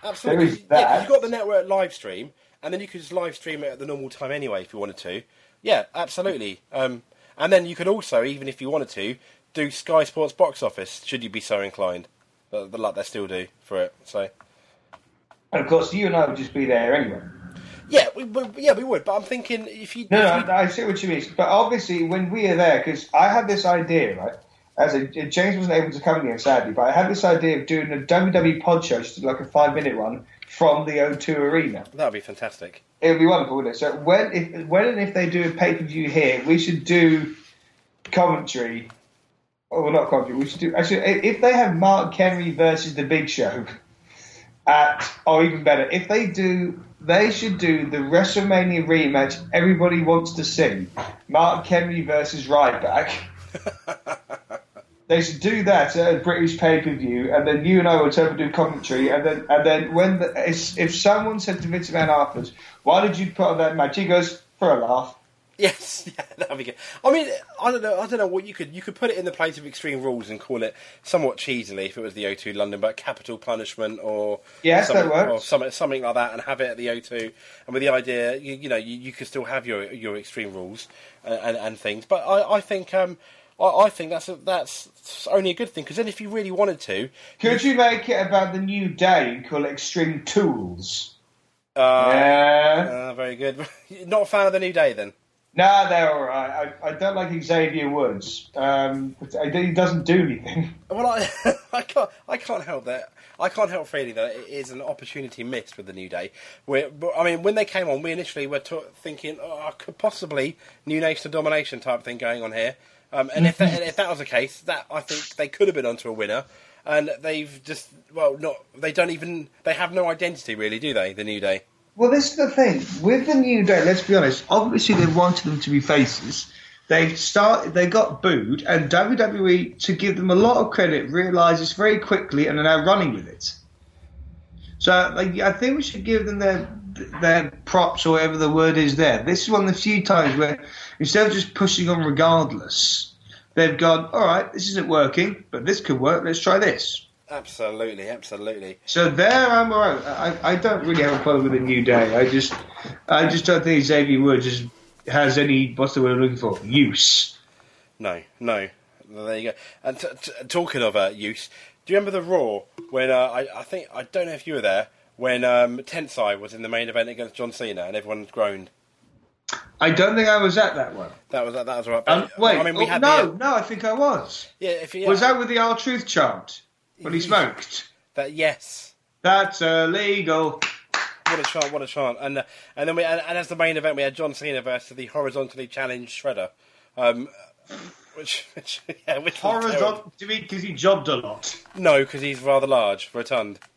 S3: Absolutely.
S4: There is
S3: Yeah, 'cause
S4: that.
S3: you've got the network live stream, and then you could just live stream it at the normal time anyway if you wanted to. Yeah, absolutely. Um, and then you could also, even if you wanted to, do Sky Sports box office should you be so inclined. Uh, Like they still do for it. So.
S4: And of course, you and I would just be there anyway.
S3: Yeah, we, we, yeah, we would. But I'm thinking if you,
S4: No,
S3: if
S4: no,
S3: you-
S4: I I see what you mean. But obviously, when we are there, because I had this idea, right? As a, James wasn't able to come here sadly, but I had this idea of doing a WWE pod show, just like a five minute one from the O2 Arena.
S3: That would be fantastic.
S4: It would be wonderful, wouldn't it? So when, if, when and if they do a pay per view here, we should do commentary. Oh, well, not commentary. We should do actually i- if they have Mark Henry versus The Big Show at, or even better, if they do, they should do the WrestleMania rematch everybody wants to see: Mark Henry versus Ryback. they should do that at a British pay per view, and then you and I would turn up and do commentary, and then and then when the, if, if someone said to Vince McMahon afterwards, "Why did you put on that match?" He goes, "For a laugh."
S3: Yes, yeah, that'd be good. I mean, I don't know. I don't know what you could you could put it in the place of extreme rules and call it somewhat cheesily if it was the O2 London, but capital punishment or
S4: Yes, that
S3: something,
S4: works.
S3: or something something like that, and have it at the O2. And with the idea, you, you know, you, you could still have your your extreme rules and, and, and things. But I, I think um, I, I think that's a, that's only a good thing because then if you really wanted to,
S4: Could you make it about the new day and call it Extreme Tools?
S3: uh,
S4: yeah.
S3: uh, very good. Not a fan of the new day then.
S4: Nah, they're all right. I, I don't like Xavier Woods. Um, but I, he doesn't do anything.
S3: Well, I, I can't, I can't help that. I can't help feeling that it is an opportunity missed with the New Day. Where, but, I mean, when they came on, we initially were to thinking, oh, could possibly New Nation domination type thing going on here. Um, and if that, if that was the case, that I think they could have been onto a winner. And they've just, well, not. They don't even. They have no identity, really, do they? The New Day.
S4: Well, this is the thing with the new day. Let's be honest. Obviously, they wanted them to be faces. They start. They got booed, and WWE, to give them a lot of credit, realizes very quickly and are now running with it. So, like, I think we should give them their their props or whatever the word is. There. This is one of the few times where instead of just pushing on regardless, they've gone. All right, this isn't working, but this could work. Let's try this.
S3: Absolutely, absolutely.
S4: So there I'm alright. I, I don't really have a problem with the new day. I just I just don't think Xavier Woods is, has any what's the word I'm looking for? Use.
S3: No, no. There you go. And t- t- talking of uh, use, do you remember the Raw when uh, I, I think I don't know if you were there when um, Tensai was in the main event against John Cena and everyone groaned.
S4: I don't think I was at that one.
S3: That was that was right.
S4: Um, wait,
S3: Uh, I mean we
S4: oh,
S3: had
S4: no,
S3: the,
S4: no, I think I was.
S3: yeah, if yeah,
S4: Was that with the R Truth chant when he smoked?
S3: that yes.
S4: That's illegal.
S3: What a chant! What a chant! And uh, and then we and, and as the main event we had John Cena versus the horizontally challenged Shredder, um, which which yeah which was terrible.
S4: Horizontal, do you mean because he jobbed a lot?
S3: no because he's rather large, rotund.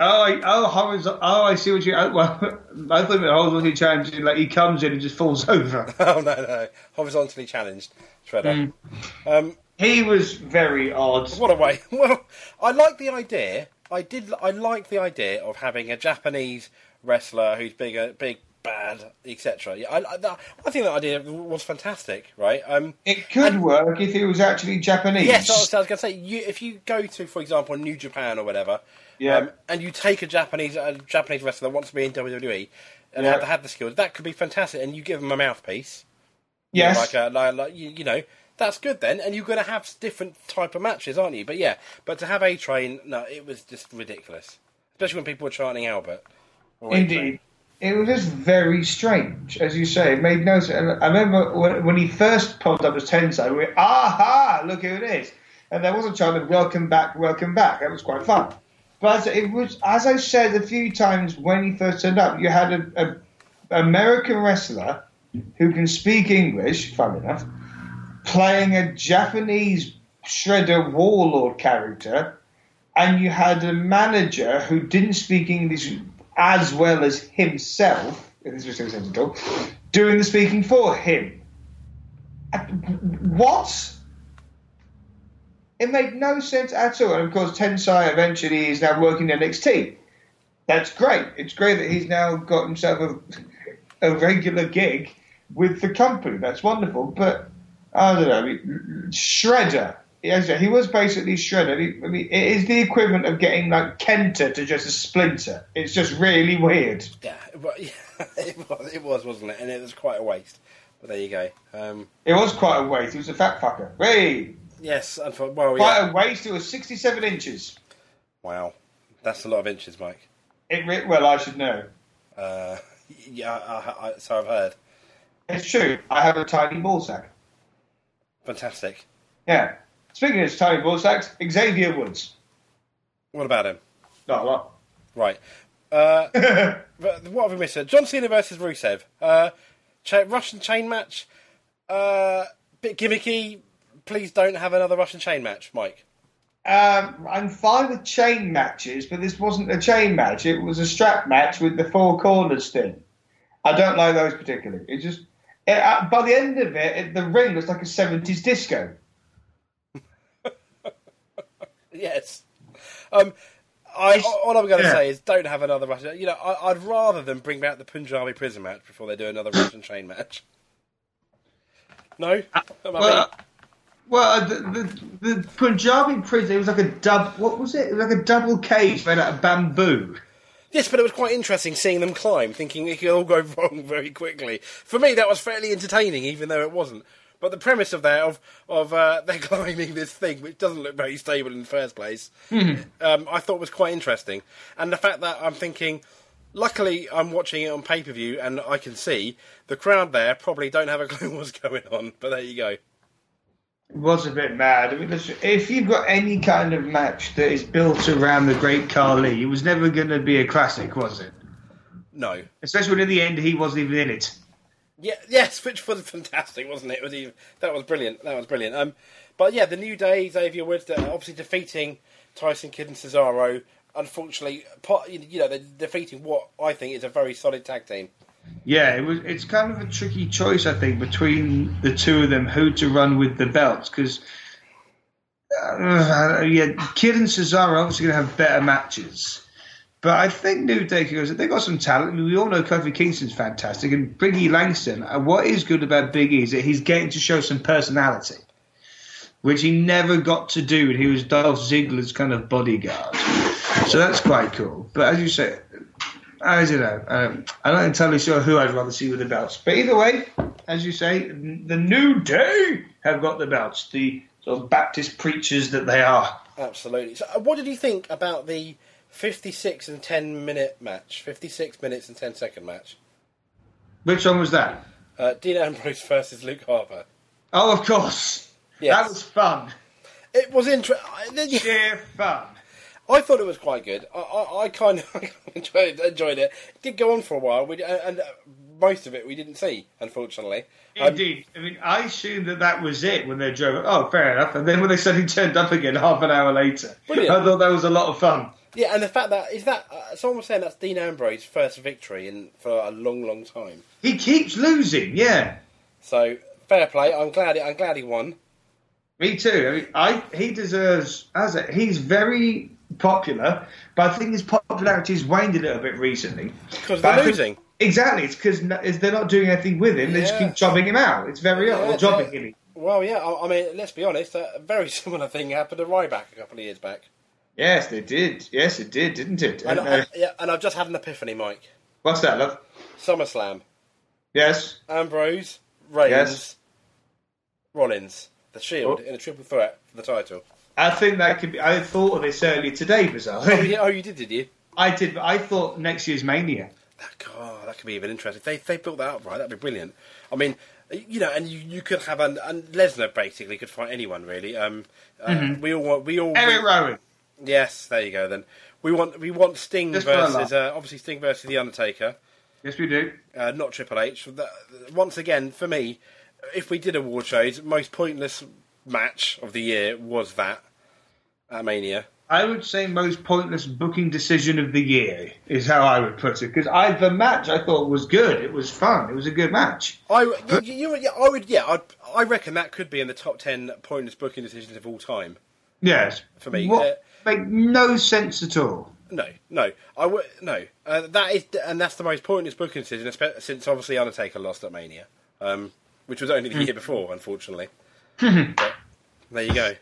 S4: Oh, I, oh, horizontal. Oh, I see what you. Oh, well, I thought it was horizontally challenging. Like he comes in and just falls over.
S3: Oh no no horizontally challenged
S4: Hmm.
S3: Shredder. Um,
S4: He was very odd.
S3: What a way! Well, I like the idea. I did. I like the idea of having a Japanese wrestler who's bigger, big, bad, etc. Yeah, I, I, that- I think that idea was fantastic, right? Um,
S4: It could work if he was actually Japanese.
S3: yes, I was, I was going to say, you, if you go to, for example, New Japan or whatever, um,
S4: Yeah.
S3: and you take a Japanese a Japanese wrestler that wants to be in WWE and
S4: Yeah.
S3: have, have the skills, that could be fantastic. And you give them a mouthpiece,
S4: yes.
S3: like, a, like, like you, you know, that's good then, and you're going to have different type of matches, aren't you? But yeah, but to have A Train, no, it was just ridiculous, especially when people were chanting Albert. Or A-Train.
S4: Indeed. It was just very strange, as you say. It made no sense. I remember when, when he first popped up as Tensai, we went, aha, look who it is. And there was a chant of welcome back, welcome back. That was quite fun. But as it was, as I said a few times when he first turned up, you had an American wrestler who can speak English, fun enough, playing a Japanese shredder warlord character and you had a manager who didn't speak English as well as himself, if this was sensible, doing the speaking for him. Uh, What? It made no sense at all. And of course, Tensai eventually is now working in NXT. That's great. It's great that he's now got himself a, a regular gig with the company. That's wonderful. But I don't know, Oh, I mean, Shredder. Yes, yeah, he was basically Shredder. He- I mean, it is the equivalent of getting like Kenta to just a Splinter. It's just really weird.
S3: yeah, but, yeah it, was, it was, wasn't it? And it was quite a waste. But there you go. Um,
S4: It was quite a waste. He was a fat fucker. Hey,
S3: yes, unfor- well,
S4: quite
S3: yeah.
S4: a waste. It was sixty-seven inches.
S3: wow, that's a lot of inches, Mike.
S4: It re- well, I should know.
S3: Uh, yeah, I, I, I, so I've heard.
S4: It's true. I have a tiny ball sack.
S3: Fantastic.
S4: Yeah. Speaking of tiny ball sacks, Xavier Woods.
S3: What about him?
S4: Not a lot.
S3: Right. Uh, but what have we missed? here? John Cena versus Rusev. Uh, cha- Russian chain match. Uh, bit gimmicky. Please don't have another Russian chain match, Mike.
S4: Um, I'm fine with chain matches, but this wasn't a chain match. It was a strap match with the four corners thing. I don't like those particularly. It just it, uh, by the end of it, it, the ring looks like a 70s disco.
S3: yes. Um, I, all I'm going to
S1: Yeah.
S3: say is don't have another Russian. You know, I, I'd rather them bring back the Punjabi prison match before they do another Russian chain match. No, Am I
S4: Well,
S3: right?
S4: well, the, the the Punjabi prison it was like a dub. What was it? It was like a double cage made out of bamboo.
S3: yes, but it was quite interesting seeing them climb, thinking it could all go wrong very quickly. For me, that was fairly entertaining, even though it wasn't. But the premise of that of of uh, they're climbing this thing, which doesn't look very stable in the first place, um, I thought was quite interesting. And the fact that I'm thinking, luckily I'm watching it on pay per view, and I can see the crowd there probably don't have a clue what's going on. But there you go.
S4: It was a bit mad. I mean, listen, if you've got any kind of match that is built around the Great Khali, it was never going to be a classic, was it?
S3: No,
S4: Especially when in the end he wasn't even in it.
S3: Yeah, yes, which was fantastic, wasn't it? It was even, that was brilliant. That was brilliant. Um, but yeah, the new day, Xavier Woods, they're obviously defeating Tyson Kidd and Cesaro. Unfortunately, part, you know, they're defeating what I think is a very solid tag team.
S4: Yeah, it was. It's kind of a tricky choice, I think, between the two of them, who to run with the belts, because uh, yeah, Kid and Cesaro are obviously going to have better matches, but I think New Day goes. They got some talent. I mean, we all know Kofi Kingston's fantastic, and Biggie Langston. And what is good about Biggie is that he's getting to show some personality, which he never got to do when he was Dolph Ziggler's kind of bodyguard. So that's quite cool. But as you say, I don't know. Um, I'm not entirely sure who I'd rather see with the belts. But either way, as you say, the New Day have got the belts, the sort of Baptist preachers that they are.
S3: Absolutely. So, uh, what did you think about the fifty-six and ten minute match? Fifty-six minutes and ten second match.
S4: Which one was that?
S3: Uh, Dean Ambrose versus Luke Harper.
S4: Oh, of course.
S3: Yes.
S4: That was fun.
S3: It was interesting.
S4: Sheer fun.
S3: I thought it was quite good. I, I, I kind of enjoyed, enjoyed it. It did go on for a while, we, and, and uh, most of it we didn't see, unfortunately. Um,
S4: Indeed. I mean, I assumed that that was it when they drove. Oh, fair enough. And then when they suddenly turned up again half an hour later,
S3: Brilliant.
S4: I thought that was a lot of fun.
S3: yeah, and the fact that is that uh, someone was saying that's Dean Ambrose's first victory in for a long, long time.
S4: He keeps losing, yeah.
S3: So fair play. I'm glad. I'm glad he won.
S4: Me too. I mean, I he deserves as a, he's very popular, but I think his popularity has waned a little bit recently.
S3: 'Cause
S4: But I
S3: they're
S4: think-
S3: losing.
S4: exactly, it's because they're not doing anything with him. They just
S3: Yeah.
S4: keep jobbing him out. It's very odd.
S3: Yeah,
S4: Or jobbing
S3: they-
S4: him.
S3: Well, yeah. I, I mean, let's be honest. A very similar thing happened to Ryback a couple of years back.
S4: Yes, they did. Yes, it did, didn't it?
S3: And,
S4: And,
S3: I,
S4: uh,
S3: yeah, and I've just had an epiphany, Mike.
S4: what's that, love?
S3: SummerSlam.
S4: Yes.
S3: Ambrose, Reigns,
S4: Yes.
S3: Rollins, the Shield
S4: Oh.
S3: in a triple threat for the title.
S4: I think that could be. I thought of this earlier today, bizarrely.
S3: Oh, yeah, oh, you did, did you? Ah,
S4: I did. But I thought next year's Mania.
S3: God, that could be even interesting. If they if they built that up right, that'd be brilliant. I mean, you know, and you, you could have an, and Lesnar basically could fight anyone really. Um, uh, we all want we all
S4: Mm-hmm. Eric Rowan.
S3: yes, there you go. Then we want we want Sting
S4: Just for a
S3: versus uh, obviously Sting versus the Undertaker,
S4: Yes, we do.
S3: uh, not Triple H. That, once again, for me, if we did award shows, most pointless match of the year was that at Mania.
S4: I would say most pointless booking decision of the year is how I would put it because I the match I thought was good. It was fun. It was a good match.
S3: I you, you, yeah, I would yeah I'd, I reckon that could be in the top ten pointless booking decisions of all time.
S4: Yes,
S3: For me,
S4: What-
S3: uh,
S4: make no sense at all.
S3: No, no, I would no. Uh, that is and that's the most pointless booking decision espe- since obviously Undertaker lost at Mania, um, which was only the year before, unfortunately. but there you go.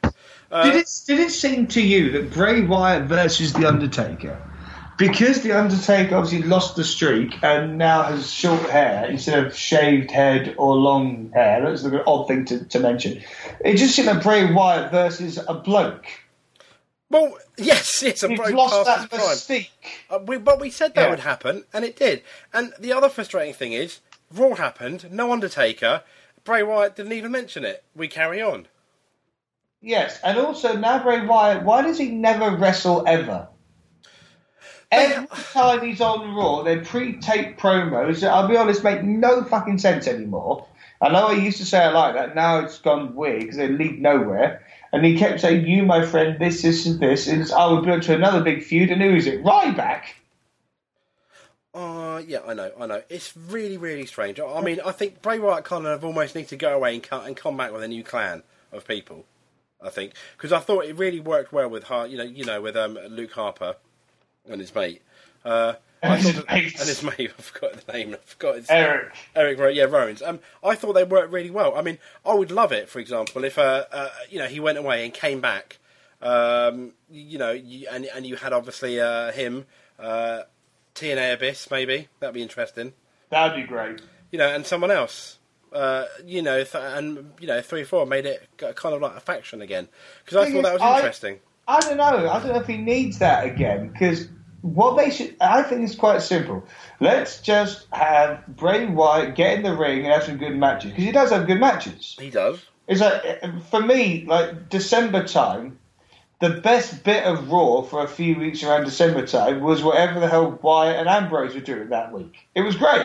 S3: Uh,
S4: did it did it seem to you that Bray Wyatt versus the Undertaker? Because the Undertaker obviously lost the streak and now has short hair instead of shaved head or long hair. That's an odd thing to, to mention. It just seemed like Bray Wyatt versus a bloke.
S3: Well, yes, it's a
S4: He's
S3: broke
S4: lost
S3: past
S4: that
S3: his prime.
S4: mystique.
S3: Uh, we, but we said that
S4: Yeah.
S3: would happen, and it did. And the other frustrating thing is, Raw happened, no Undertaker. Bray Wyatt didn't even mention it. We carry on.
S4: Yes, and also now Bray Wyatt, why does he never wrestle ever? Every time he's on Raw, they pre-tape promos. that, I'll be honest, make no fucking sense anymore. I know I used to say I like that. Now it's gone weird because they lead nowhere. And he kept saying, "You, my friend, this, this, and this." And it's, I would build to another big feud. And who is it? Ryback.
S3: Uh, yeah, I know, I know. It's really, really strange. I I mean, I think Bray Wyatt kind of almost needs to go away and, cut, and come back with a new clan of people. I think because I thought it really worked well with Har- you know you know with um, Luke Harper and his mate. Uh, I
S4: And his
S3: thought that-
S4: mates.
S3: and his mate. I forgot the name. I forgot his
S4: Eric.
S3: Eric, Ro- yeah, Rowans. Um, I thought they worked really well. I mean, I would love it, for example, if uh, uh you know, he went away and came back. Um, you know, you, and and you had obviously uh him, uh, TNA Abyss, maybe that'd be interesting.
S4: That'd be great.
S3: You know, and someone else. Uh, you know, th- and you know, three four made it g- kind of like a faction again because I
S4: Thing
S3: thought that
S4: is,
S3: was
S4: I-
S3: interesting.
S4: I don't know. I don't know if he needs that again because what they should. I think it's quite simple. Let's just have Bray Wyatt get in the ring and have some good matches because he does have good matches.
S3: He does.
S4: It's like uh, for me, like December time, the best bit of Raw for a few weeks around December time was whatever the hell Wyatt and Ambrose were doing that week. It was great.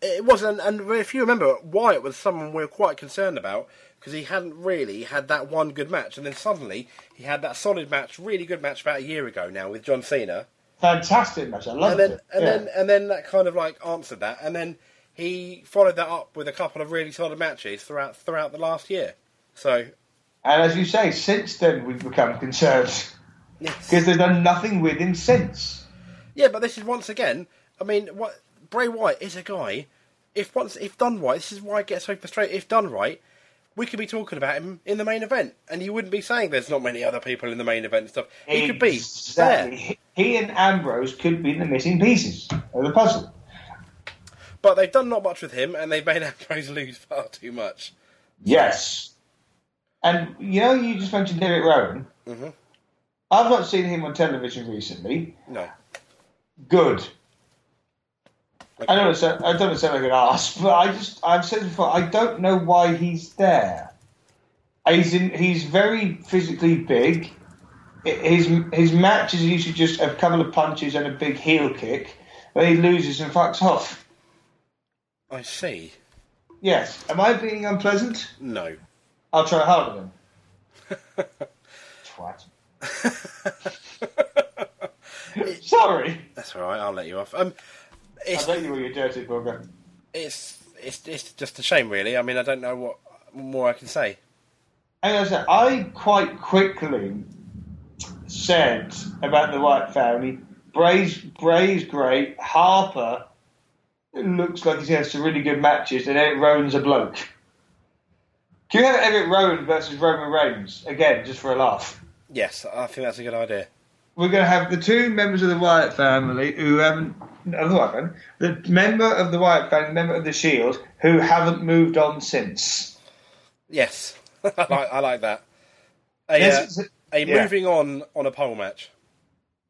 S3: It was, and, and if you remember, Wyatt was someone we were quite concerned about because he hadn't really had that one good match, and then suddenly he had that solid match, really good match about a year ago now with John Cena,
S4: Fantastic match. I
S3: and
S4: loved
S3: then
S4: it.
S3: and
S4: Yeah.
S3: then and then that kind of like answered that, and then he followed that up with a couple of really solid matches throughout throughout the last year. So
S4: And as you say, since then we've become concerned
S3: yes.
S4: because they've done nothing with him since.
S3: Yeah, but this is once again. I mean, what Bray White is a guy. If once, if done right, this is why I get so frustrated. If done right, we could be talking about him in the main event, and you wouldn't be saying there's not many other people in the main event and stuff. He could be there,
S4: Exactly. He and Ambrose could be the missing pieces of the puzzle.
S3: but they've done not much with him, and they've made Ambrose lose far too much.
S4: Yes. And you know, you just mentioned Derek Rowan.
S3: Mhm.
S4: I've not seen him on television recently.
S3: No,
S4: Good. I
S3: okay.
S4: don't, sound, I don't sound like an ass, but I just I've said before I don't know why he's there. He's in, he's very physically big. I- His his matches are usually just a couple of punches and a big heel kick. Then he loses and fucks off.
S3: I see.
S4: Yes. Am I being unpleasant?
S3: No,
S4: I'll try harder then. Twat. Sorry.
S3: that's all right. I'll let you off. Um,
S4: I
S3: it's
S4: bet you were your dirty bugger.
S3: it's it's it's just a shame, really. I mean, I don't know what more I can say.
S4: And as I said, I quite quickly said about the White family, Bray's, Bray's great, Harper looks like he's had some really good matches, and Eric Rowan's a bloke. Can you have Eric Rowan versus Roman Reigns again, just for a laugh?
S3: Yes, I think that's a good idea.
S4: We're going to have the two members of the Wyatt family who haven't. Of the Wyatt family, the member of the Wyatt family, member of the Shield, E who haven't moved on since.
S3: Yes, I like I like that. A,
S4: Yes,
S3: uh,
S4: it's a-
S3: a
S4: yeah.
S3: moving on on a pole match.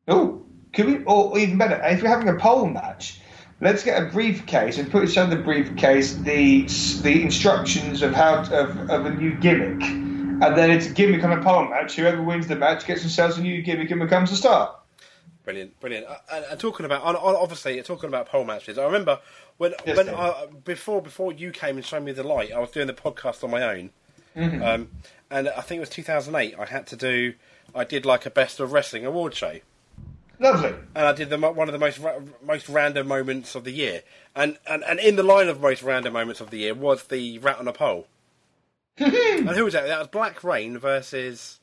S4: Oh, could we? Or even better, if we're having a pole match, let's get a briefcase and put inside the briefcase the the instructions of how to, of, of a new gimmick, and then it's a gimmick on a pole match. Whoever wins the match gets themselves a new gimmick and becomes a star.
S3: Brilliant, brilliant. Uh, And, and talking about, and, and obviously, talking about pole matches. I remember when
S4: Yes,
S3: when
S4: Dave.
S3: I, before before you came and showed me the light, I was doing the podcast on my own,
S4: Mm-hmm.
S3: um, and I think it was 2008. I had to do, I did like a best of wrestling award show.
S4: Lovely.
S3: and I did the, mo- one of the most ra- most random moments of the year, and, and and in the line of most random moments of the year was the rat on a pole. and who was that? That was Black Rain versus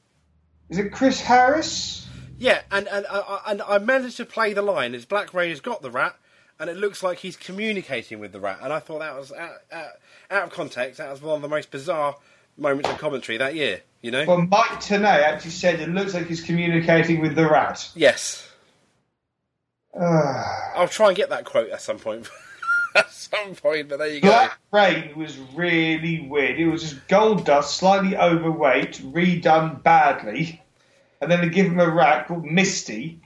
S4: Is it Chris Harris?
S3: yeah, and and I- I and I managed to play the line as Black Rain has got the rat, and it looks like he's communicating with the rat, and I thought that was out, out, out of context. That was one of the most bizarre moments of commentary that year. You know?
S4: Well, Mike Tenay actually said it looks like he's communicating with the rat.
S3: yes. I'll try and get that quote at some point. at some point, but there you go.
S4: Black Rain was really weird. It was just gold dust, slightly overweight, redone badly, and then they give him a rat called Misty,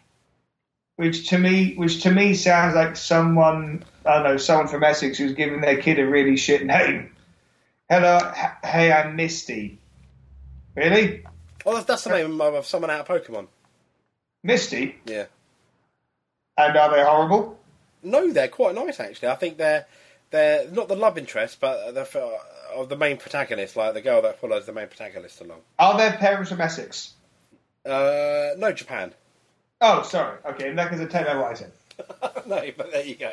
S4: which to me, which to me sounds like someone I don't know, someone from Essex who's giving their kid a really shit name. Hello, h- hey, I'm Misty. Really,
S3: Well, that's, that's the name of, of someone out of Pokemon.
S4: Misty?
S3: Yeah.
S4: And are they horrible?
S3: No, they're quite nice actually. I think they're they're not the love interest, but the f- uh, of the main protagonist, like the girl that follows the main protagonist along.
S4: Are their parents from Essex?
S3: Uh, no, Japan.
S4: Oh, sorry. Okay, in that case, I tell you what I said.
S3: no, but there you go.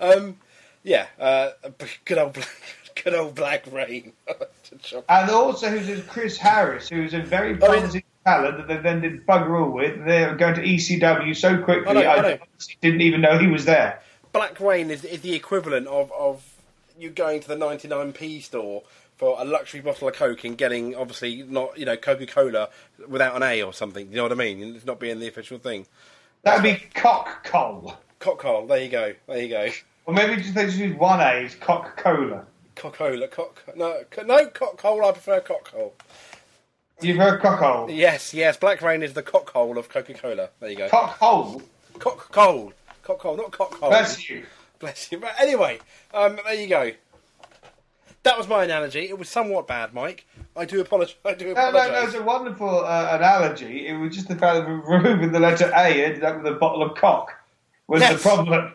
S3: Um, yeah, uh, b- good old Black, good old Black Rain. To chop-
S4: And also, who's is Chris Harris, who's a very
S3: Oh, yeah.
S4: promising talent that they then did bugger all with. They're going to ECW so quickly,
S3: I know, I
S4: I,
S3: know.
S4: honestly didn't even know he was there.
S3: Black Rain is, is the equivalent of, of you going to the 99p store for a luxury bottle of Coke and getting, obviously, not, you know, Coca Cola without an A or something. You know what I mean? It's not being the official thing.
S4: That would be Cock Coal.
S3: Cockcole, there you go. There you go.
S4: Or maybe just they just use one A, it's Cock Cola.
S3: Cockola, cock. No, co- no, cockhole. I prefer cockhole.
S4: You've heard Cock Hole.
S3: Yes, yes. Black Rain is the cockhole of Coca Cola. There you go.
S4: Cock Hole?
S3: Cockhole. Cockhole, not cockhole.
S4: Bless you.
S3: Bless you. But anyway, um, there you go. That was my analogy. It was somewhat bad, Mike. I do apologise. I do
S4: No,
S3: apologise.
S4: no, no, it's a wonderful uh, analogy. It was just the fact that removing the letter A ended up with a bottle of cock was
S3: Yes.
S4: the problem.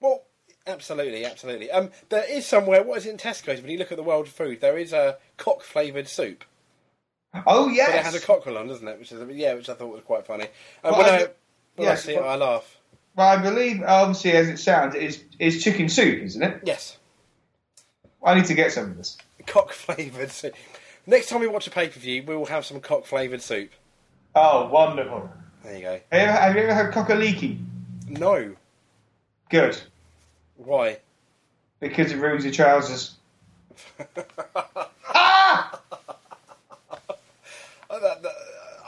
S3: Well, absolutely, absolutely. Um, there is somewhere. What is it in Tesco's? When you look at the world of food, there is a cock flavoured soup.
S4: Oh, yes.
S3: But it has a cockerel on, doesn't it? Which is yeah, which I thought was quite funny. Um,
S4: Well,
S3: when
S4: I
S3: I,
S4: think-
S3: when I
S4: yes,
S3: see it,
S4: but-
S3: I laugh.
S4: Well, I believe, obviously, as it sounds, it's, it's chicken soup, isn't it?
S3: Yes.
S4: I need to get some of this.
S3: cock flavoured soup. Next time we watch a pay per view, we will have some cock flavoured soup.
S4: Oh, wonderful.
S3: There you go.
S4: Have you ever, have you ever had cockaliki?
S3: No,
S4: Good,
S3: why?
S4: because it ruins your trousers.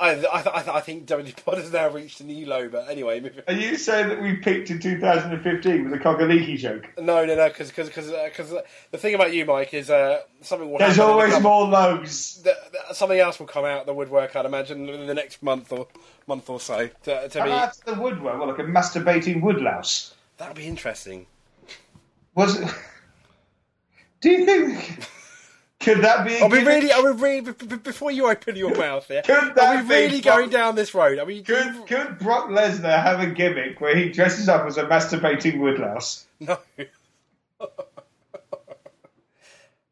S3: I, I, I, I, I think W Pod has now reached a new low. But anyway, moving-
S4: Are you saying that we peaked in 2015 with a cockaliki joke?
S3: no, no, no, because because because uh, the thing about you, Mike, is uh, something will.
S4: There's
S3: happen in the
S4: always
S3: club.
S4: more lows.
S3: Th- th- Something else will come out of the woodwork, I'd imagine, in the next month or month or so. To, to
S4: And
S3: be
S4: that's the woodwork, well, like a masturbating woodlouse.
S3: that'd be interesting.
S4: Was it? Do you think? Could that be? a
S3: Are we
S4: gimmick?
S3: really? Are we really? b- b- Before you open your mouth, here,
S4: Could that
S3: are we
S4: be
S3: really
S4: fun?
S3: going down this road? Are we?
S4: Could could Brock Lesnar have a gimmick where he dresses up as a masturbating woodlouse?
S3: No.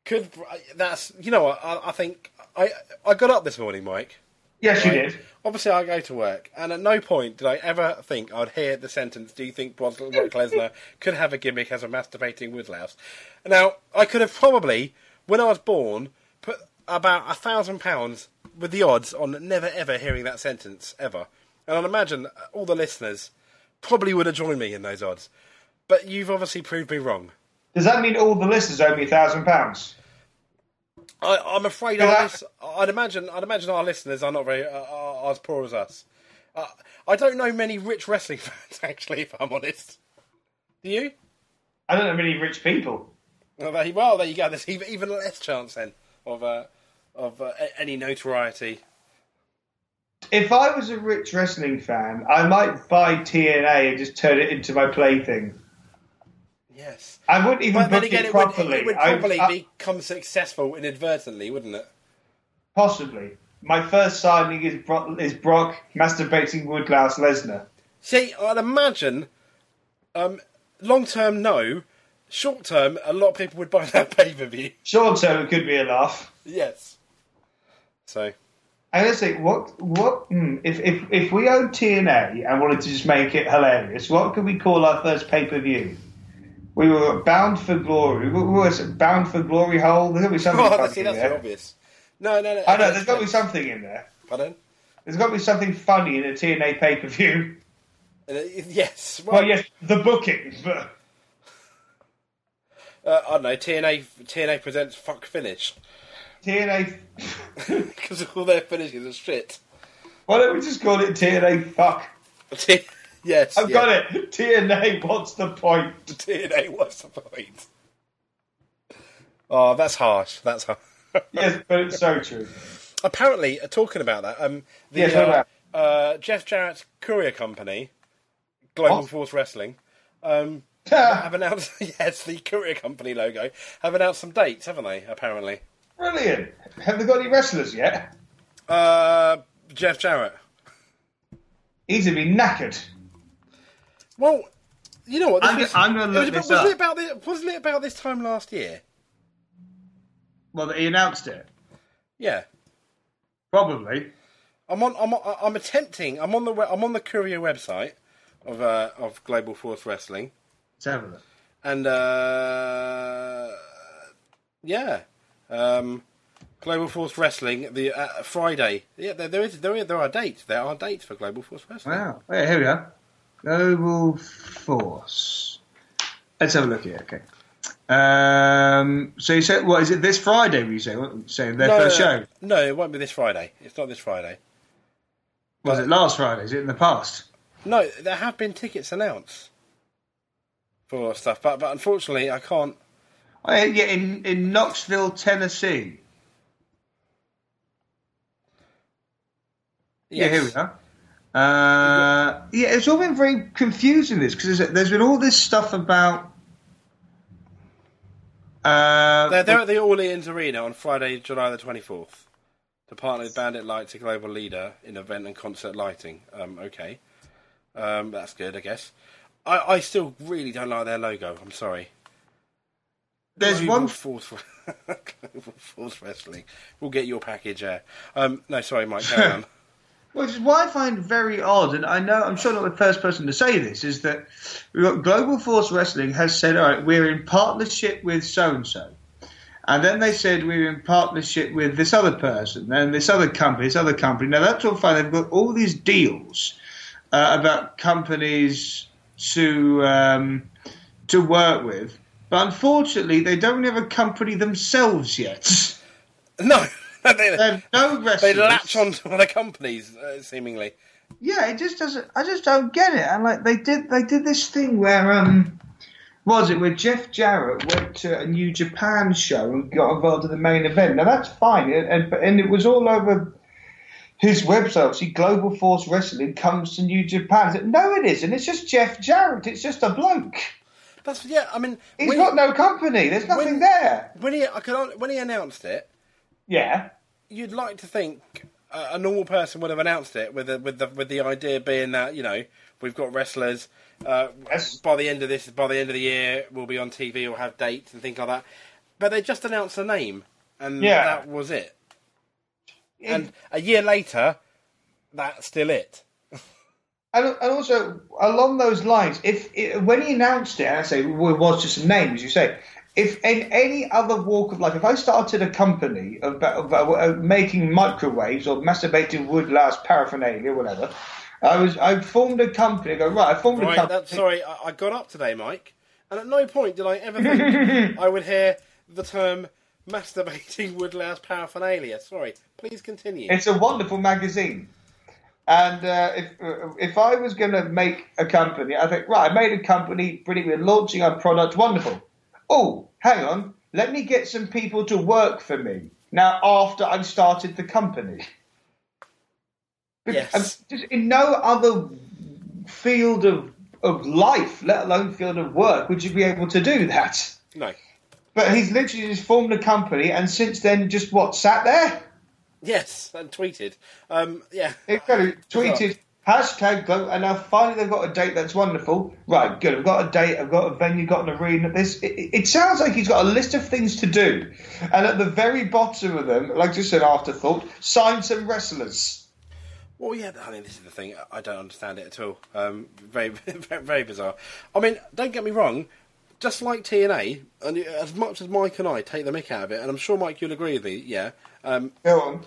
S3: Could uh, that's you know what I, I think I I got up this morning, Mike.
S4: Yes, you
S3: Right.
S4: did.
S3: Obviously, I go to work, and at no point did I ever think I'd hear the sentence, Do you think Brock Brock Lesnar could have a gimmick as a masturbating woodlouse? Now, I could have probably, when I was born, put about a thousand pounds with the odds on never ever hearing that sentence ever. And I'd imagine all the listeners probably would have joined me in those odds. But you've obviously proved me wrong.
S4: Does that mean all the listeners owe me a thousand pounds?
S3: I, I'm afraid
S4: Yeah.
S3: our lis- I'd imagine I'd imagine our listeners are not very uh, are, are as poor as us. Uh, I don't know many rich wrestling fans, actually, if I'm honest. Do you?
S4: I don't know many rich people.
S3: Well, there, well, there you go. There's even, even less chance then of uh, of uh, a- any notoriety.
S4: If I was a rich wrestling fan, I might buy TNA and just turn it into my plaything.
S3: Yes,
S4: I wouldn't even
S3: but
S4: book
S3: then again,
S4: it
S3: it would,
S4: properly.
S3: it would
S4: I- uh,
S3: probably
S4: I-
S3: become successful inadvertently, wouldn't it?
S4: possibly. My first signing is Brock, is Brock masturbating Woodlouse Lesnar.
S3: See, I'd imagine um, long term, no. Short term, a lot of people would buy that pay per view.
S4: Short term, it could be a laugh.
S3: Yes. So
S4: I gotta say, what, what, hmm, if, if, if we owned TNA and wanted to just make it hilarious, what could we call our first pay per view? We were bound for glory. What was it? Bound for glory hole? There's gotta be something.
S3: Oh,
S4: fucking
S3: see, that's
S4: there.
S3: too obvious. No, no, no.
S4: I know. There's gotta be something in there.
S3: Pardon?
S4: There's gotta be something funny in a TNA pay per view.
S3: Uh, yes. Well,
S4: Well, yes, the booking, but
S3: uh, I don't know. TNA TNA presents fuck finish
S4: TNA.
S3: because all their finishes are shit.
S4: Why don't we just call it TNA? Fuck.
S3: T- yes.
S4: I've got it. TNA. What's the point?
S3: TNA. What's the point? Oh, that's harsh. That's harsh.
S4: Yes, but it's so true.
S3: Apparently, uh, talking about that, um, the
S4: Yeah, talk
S3: uh,
S4: about
S3: uh, Jeff Jarrett's courier company, Global
S4: What?
S3: Force Wrestling, um, have announced yes, the courier company logo have announced some dates, haven't they? Apparently.
S4: Brilliant. Have they got any wrestlers yet?
S3: Uh, Jeff Jarrett.
S4: He's gonna be knackered.
S3: Well, you know what?
S4: I'm gonna- I'm gonna
S3: it
S4: look
S3: was about-
S4: this up.
S3: Wasn't it, about this, wasn't it about this time last year?
S4: Well, he announced it.
S3: Yeah.
S4: Probably.
S3: I'm on. I'm. On, I'm attempting. I'm on the. we- I'm on the courier website of uh, of Global Force Wrestling,
S4: Let's have a look.
S3: and uh, Yeah. Um, Global Force Wrestling the uh, Friday. Yeah, there, there is there, is- there are dates. There are dates for Global Force Wrestling.
S4: Wow. Oh, Yeah, here we are. Global Force. Let's have a look here. Okay. Um, so you said, what is it? This Friday? Were you saying? What, saying their first show?
S3: No, it won't be this Friday. It's not this Friday.
S4: Was it last Friday? Is it in the past?
S3: No, there have been tickets announced for stuff, but but unfortunately, I can't.
S4: Oh, yeah, yeah, in in Knoxville, Tennessee.
S3: Yes.
S4: Yeah, here we are. Uh, yeah, it's all been very confusing this because there's, there's been all this stuff about. Uh,
S3: They're, they're at the All Eatons Arena on Friday, July the 24th, to partner with Bandit Lights, a global leader in event and concert lighting. Um, okay. Um, that's good, I guess. I, I still really don't like their logo. I'm sorry.
S4: there's
S3: Global
S4: one.
S3: Force, global Force Wrestling. We'll get your package there. Um, no, sorry, Mike. Carry on.
S4: Which is why I find very odd, and I know I'm sure not the first person to say this, is that we've got Global Force Wrestling has said, all right, we're in partnership with so and so. And then they said, we're in partnership with this other person, and this other company, this other company. Now, that's all fine. They've got all these deals uh, about companies to, um, to work with. But unfortunately, they don't have a company themselves yet.
S3: no, they,
S4: They have no
S3: they
S4: wrestlers.
S3: latch onto other companies, uh, seemingly.
S4: yeah, it just doesn't. I just don't get it. And like they did, they did this thing where um, was it where Jeff Jarrett went to a New Japan show and got involved in the main event? Now that's fine, and and, and it was all over his website. See, Global Force Wrestling comes to New Japan. I said, no, it isn't. It's just Jeff Jarrett. It's just a bloke.
S3: That's yeah. I mean,
S4: He's got no company. There's nothing
S3: when-
S4: there.
S3: when he I could, when he announced it,
S4: Yeah.
S3: you'd like to think a, a normal person would have announced it with the, with the with the idea being that you know we've got wrestlers uh,
S4: Yes.
S3: by the end of this by the end of the year we'll be on TV or have dates and things like that. But they just announced a name and
S4: Yeah.
S3: that was it. And a year later, that's still it.
S4: And, and also along those lines, if it, when he announced it, and I say well, it was just a name, as you say. If in any other walk of life, if I started a company of, of, of making microwaves or masturbating wood glass paraphernalia, whatever, I was I formed a company. I go right, I formed a
S3: Right,
S4: company.
S3: that, sorry, I, I got up today, Mike, and at no point did I ever think I would hear the term masturbating woodlouse paraphernalia. Sorry, please continue.
S4: It's a wonderful magazine. And uh, if if I was going to make a company, I think right, I made a company, brilliant, we're launching our product, wonderful. Oh, hang on, let me get some people to work for me now after I've started the company.
S3: Yes.
S4: And just in no other field of of life, let alone field of work, would you be able to do that?
S3: No.
S4: But he's literally just formed a company, and since then, just what sat there.
S3: Yes, and tweeted. Um, yeah.
S4: They've got it tweeted hashtag go and now finally they've got a date that's wonderful. Right, good. I've got a date. I've got a venue. Got an arena. This it, it- it sounds like he's got a list of things to do, and at the very bottom of them, like just an afterthought, sign some wrestlers.
S3: Well, yeah. I mean, this is the thing. I don't understand it at all. Um, very, very very bizarre. I mean, don't get me wrong. Just like TNA, and as much as Mike and I take the mick out of it, and I'm sure Mike you'll agree with me. Yeah. Um,
S4: Go on.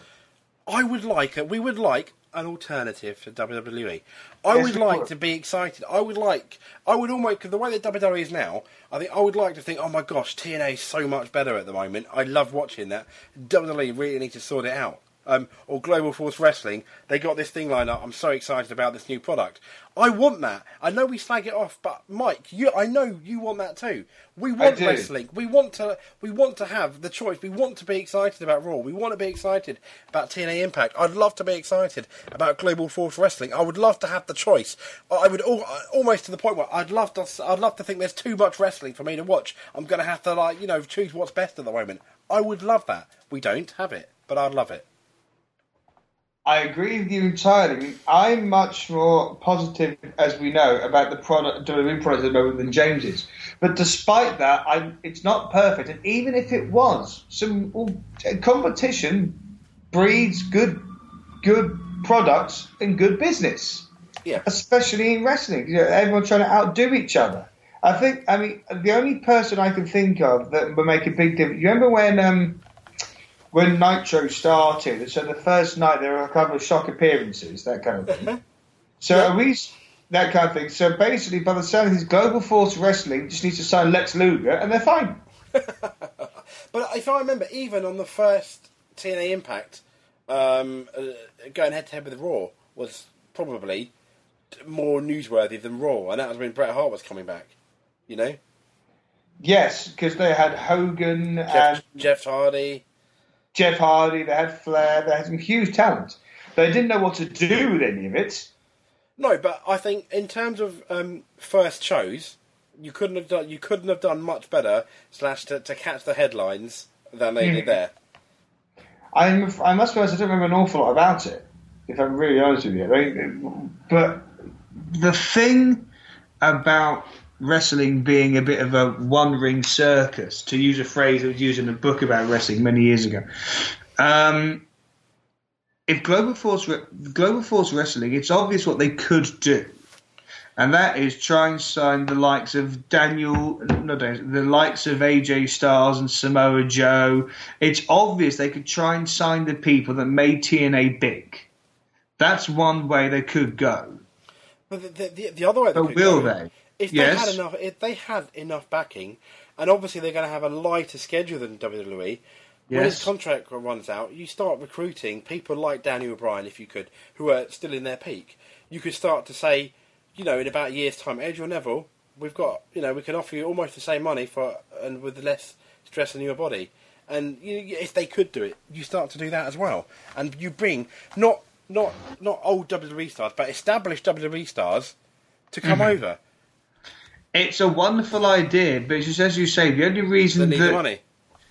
S3: I would like a, we would like an alternative to WWE. I
S4: Yes,
S3: would
S4: we
S3: like
S4: would.
S3: to be excited. I would like I would almost 'cause the way that WWE is now. I think I would like to think, oh my gosh, TNA is so much better at the moment. I love watching that. WWE really need to sort it out. Um, or Global Force Wrestling, they got this thing lined up. I'm so excited about this new product. I want that. I know we slag it off, but Mike, you, I know you want that too. We want
S4: do.
S3: wrestling. League. We want to we want to have the choice. We want to be excited about Raw. We want to be excited about TNA Impact. I'd love to be excited about Global Force Wrestling. I would love to have the choice. I- I would al- almost to the point where I'd love to s- I'd love to think there's too much wrestling for me to watch. I'm going to have to like you know choose what's best at the moment. I would love that. We don't have it, but I'd love it.
S4: I agree with you entirely. I'm much more positive, as we know, about the product WWE product E at the moment than James is. But despite that, I, it's not perfect. And even if it was, some well, competition breeds good, good products and good business
S3: Yeah.
S4: especially in wrestling. You know, everyone trying to outdo each other. I think, I mean, the only person I can think of that would make a big difference. You remember when um, when Nitro started? So the first night there were a couple of shock appearances, that kind of thing. so are we s- that kind of thing? So basically, by the sound of this, Global Force Wrestling just needs to sign Lex Luger, and they're fine.
S3: But if I remember, even on the first TNA Impact, um, uh, going head to head with Raw was probably t- more newsworthy than Raw, and that was when Bret Hart was coming back. You know,
S4: Yes, because they had Hogan
S3: Jeff,
S4: and
S3: Jeff Hardy.
S4: Jeff Hardy, they had Flair, they had some huge talent. They didn't know what to do with any of it.
S3: No, but I think in terms of um, first shows, you couldn't have done you couldn't have done much better slash to, to catch the headlines than they
S4: Hmm.
S3: did there.
S4: I'm, I must be honest, I don't remember an awful lot about it, if I'm really honest with you. Like, But the thing about wrestling being a bit of a one ring circus, to use a phrase that was used in a book about wrestling many years ago, um, if Global Force, Re- Global Force Wrestling, it's obvious what they could do. And that is try and sign the likes of Daniel, no, Daniel, the likes of AJ Styles and Samoa Joe. It's obvious they could try and sign the people that made TNA big. That's one way they could go.
S3: But the, the, the, the other way, they
S4: But
S3: could
S4: will
S3: go,
S4: they?
S3: If
S4: Yes.
S3: they had enough, if they had enough backing, and obviously they're going to have a lighter schedule than WWE. When his
S4: Yes.
S3: contract runs out, you start recruiting people like Daniel Bryan, if you could, who are still in their peak. You could start to say, you know, in about a year's time, Edge or Neville, we've got, you know, we can offer you almost the same money for and with less stress on your body. And you, you- if they could do it, you start to do that as well. And you bring not not not old WWE stars, but established WWE stars to come
S4: Mm-hmm.
S3: over
S4: It's a wonderful idea, but it's just as you say, the only reason
S3: that need the
S4: that-
S3: money.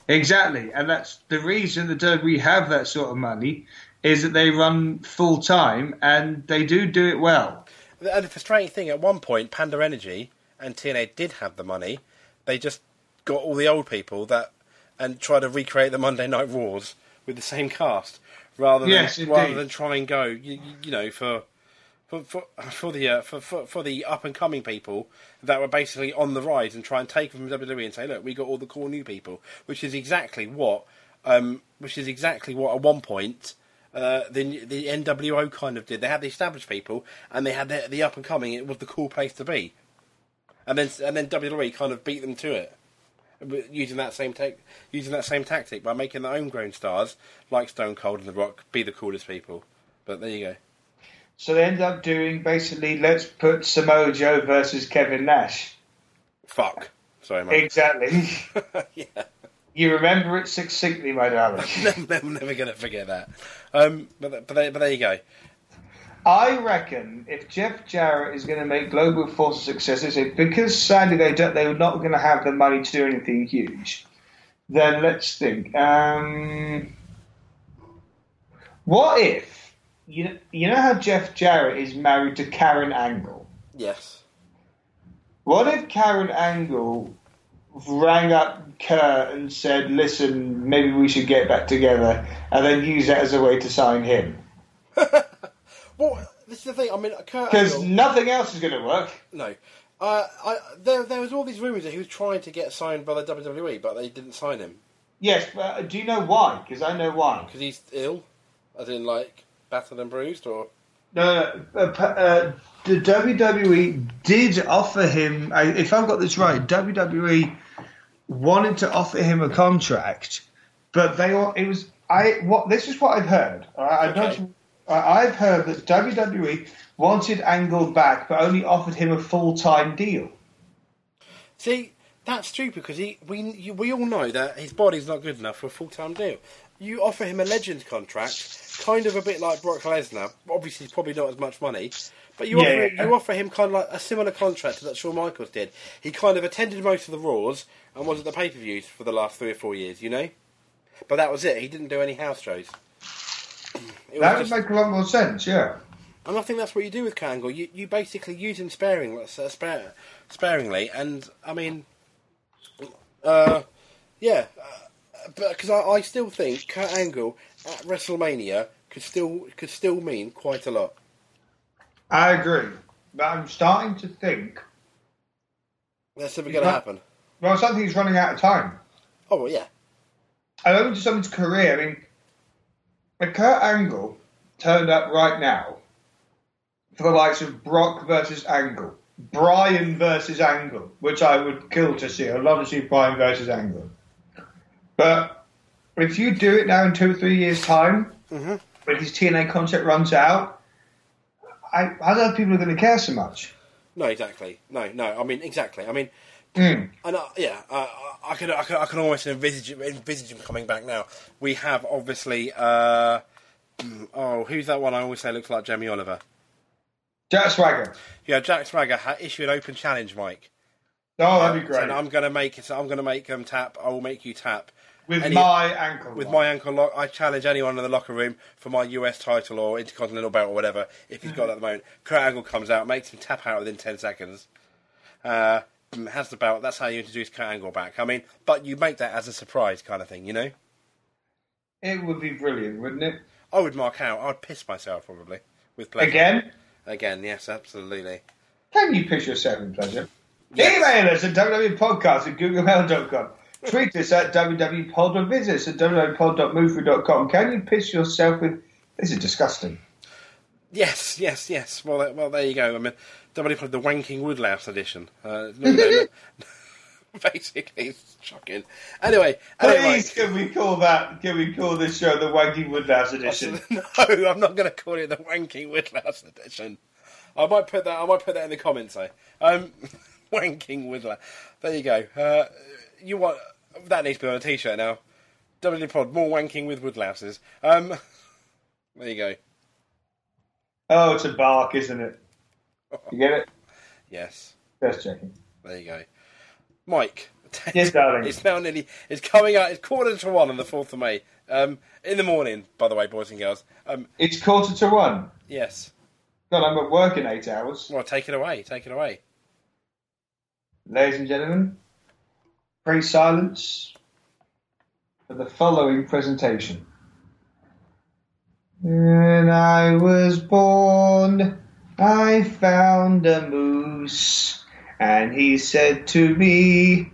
S4: Exactly, and that's the reason that WWE have that sort of money is that they run full time and they do do it well.
S3: And the frustrating thing, at one point, Panda Energy and TNA did have the money. They just got all the old people that and tried to recreate the Monday Night Wars with the same cast, rather than
S4: Yes, indeed.
S3: rather than try and go, you, you- you know, for for for, for the uh, for, for for the up and coming people that were basically on the rise and try and take them from WWE and say, look, we got all the cool new people, which is exactly what um, which is exactly what at one point. Uh, the the NWO kind of did. They had the established people, and they had the, the up and coming. It was the cool place to be, and then and then WWE kind of beat them to it with- using that same tech, using that same tactic by making their homegrown stars like Stone Cold and The Rock be the coolest people. But there you go.
S4: So they end up doing basically let's put Samoa Joe versus Kevin Nash.
S3: Fuck. Sorry, mate.
S4: Exactly.
S3: yeah,
S4: you remember it succinctly, my darling.
S3: I'm never gonna forget that. Um, but th- but there, but there you go.
S4: I reckon if Jeff Jarrett is going to make Global Force a success, it's a- because sadly they don't, they're not going to have the money to do anything huge. Then let's think. Um, what if you know, you know how Jeff Jarrett is married to Karen Angle?
S3: Yes.
S4: What if Karen Angle rang up Kerr and said, "Listen, maybe we should get back together," and then use that as a way to sign him?
S3: Well, this is the thing. I mean, Kurt
S4: Because
S3: Angle-
S4: nothing else is going to work.
S3: No. Uh, I, there, there was all these rumours that he was trying to get signed by the WWE, but they didn't sign him
S4: Yes, but uh, do you know why? Because I know why.
S3: because he's ill, as in like battered and bruised, or
S4: No, no, uh, p- uh, the WWE did offer him. I- If I've got this right, WWE wanted to offer him a contract, but they all it was I. What this is what I've heard. all right? I
S3: Okay.
S4: don't. I- I've heard that WWE wanted Angle back, but only offered him a full time deal.
S3: See, that's stupid because he we you, we all know that his body's not good enough for a full time deal. You offer him a legend contract, kind of a bit like Brock Lesnar. Obviously, it's probably not as much money, but you
S4: Yeah,
S3: offer
S4: yeah.
S3: you offer him kind of like a similar contract to that Shawn Michaels did. He kind of attended most of the Raws and was at the pay per views for the last three or four years, you know. But that was it. He didn't do any house shows. It was
S4: That would
S3: just-
S4: make a lot more sense. Yeah.
S3: and I think that's what you do with Kangle. You you basically use him sparing, let's say, spare, sparingly, and I mean, uh, yeah, uh, but because I, I still think Kurt Angle at WrestleMania could still could still mean quite a lot.
S4: I agree, but I'm starting to think
S3: That's never going to
S4: Yeah.
S3: happen.
S4: Well, something's running out of time.
S3: Oh, well, yeah.
S4: And over to someone's career, I mean, if Kurt Angle turned up right now for the likes of Brock versus Angle, Brian versus Angle, which I would kill to see. I'd love to see Brian versus Angle. But if you do it now in two or three years' time,
S3: Mm-hmm.
S4: when his TNA contract runs out, I, I don't know if people are going to care so much.
S3: No, exactly. No, no. I mean, exactly. I mean,
S4: Mm.
S3: And uh, yeah, uh, I can I can I can almost envisage envisage him coming back now. We have obviously uh, mm, oh who's that one I always say looks like Jamie Oliver.
S4: Jack Swagger.
S3: Yeah, Jack Swagger ha- issue an open challenge, Mike.
S4: Oh, that'd be great.
S3: And I'm gonna make it. I'm gonna make him tap. I will make you tap
S4: with
S3: any-
S4: my ankle.
S3: with
S4: lock.
S3: my ankle lock. I challenge anyone in the locker room for my US title or Intercontinental belt or whatever. If he's got it at the moment, Kurt Angle comes out, makes him tap out within ten seconds. Uh, mm, has the belt. That's how you introduce Kurt Angle back. I mean, but you make that as a surprise kind of thing, you know.
S4: It would be brilliant, wouldn't it?
S3: I would mark out. I'd piss myself probably with pleasure.
S4: Again,
S3: Again, yes, absolutely.
S4: can you piss yourself in pleasure?
S3: Yes.
S4: Email us at www.podcast at googlemail.com. Tweet us at www.pod or visit us at www.pod.moofu.com. Can you piss yourself with... This is disgusting.
S3: Yes, yes, yes. Well, uh, well, there you go. I mean, somebody put the wanking woodlouse edition. Uh, no, no, no. Basically, it's shocking. Anyway, anyway.
S4: Please, can we call that... Can we call this show the Wanky Woodhouse edition?
S3: No, I'm not going to call it the wanking woodlouse edition. I might put that. I might put that in the comments though. Um, wanking woodlouse. There you go. Uh, you want that needs to be on a t-shirt now. WD Pod more wanking with woodlouses. Um, there you go.
S4: Oh, it's a bark, isn't it? You get it?
S3: Yes,
S4: Just checking.
S3: there you go. Mike.
S4: Yes, darling.
S3: It's now nearly. It's coming out. It's quarter to one on the fourth of May. Um, in the morning, by the way, boys and girls. Um,
S4: It's quarter to one.
S3: yes.
S4: God, I'm at work in eight hours.
S3: Well, take it away. Take it away.
S4: Ladies and gentlemen, pray silence for the following presentation. When I was born, I found a moose, and he said to me,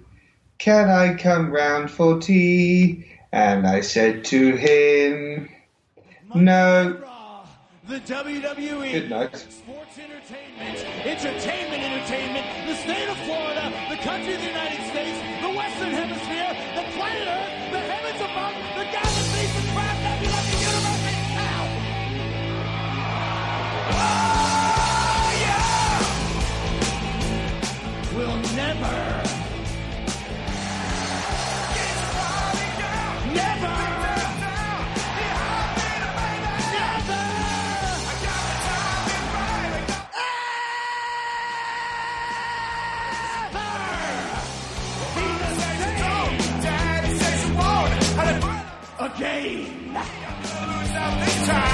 S4: Can I come round for tea? And I said to him, No.
S1: Raw, The WWE.
S4: Good night.
S1: Sports entertainment, entertainment, entertainment, the state of Florida, the country of the United States, the Western Hemisphere, the planet Earth, the heavens above, the God that sees the crowd, that we love the universe itself. Oh, yeah! Oh, We'll never. Never! Never! Again.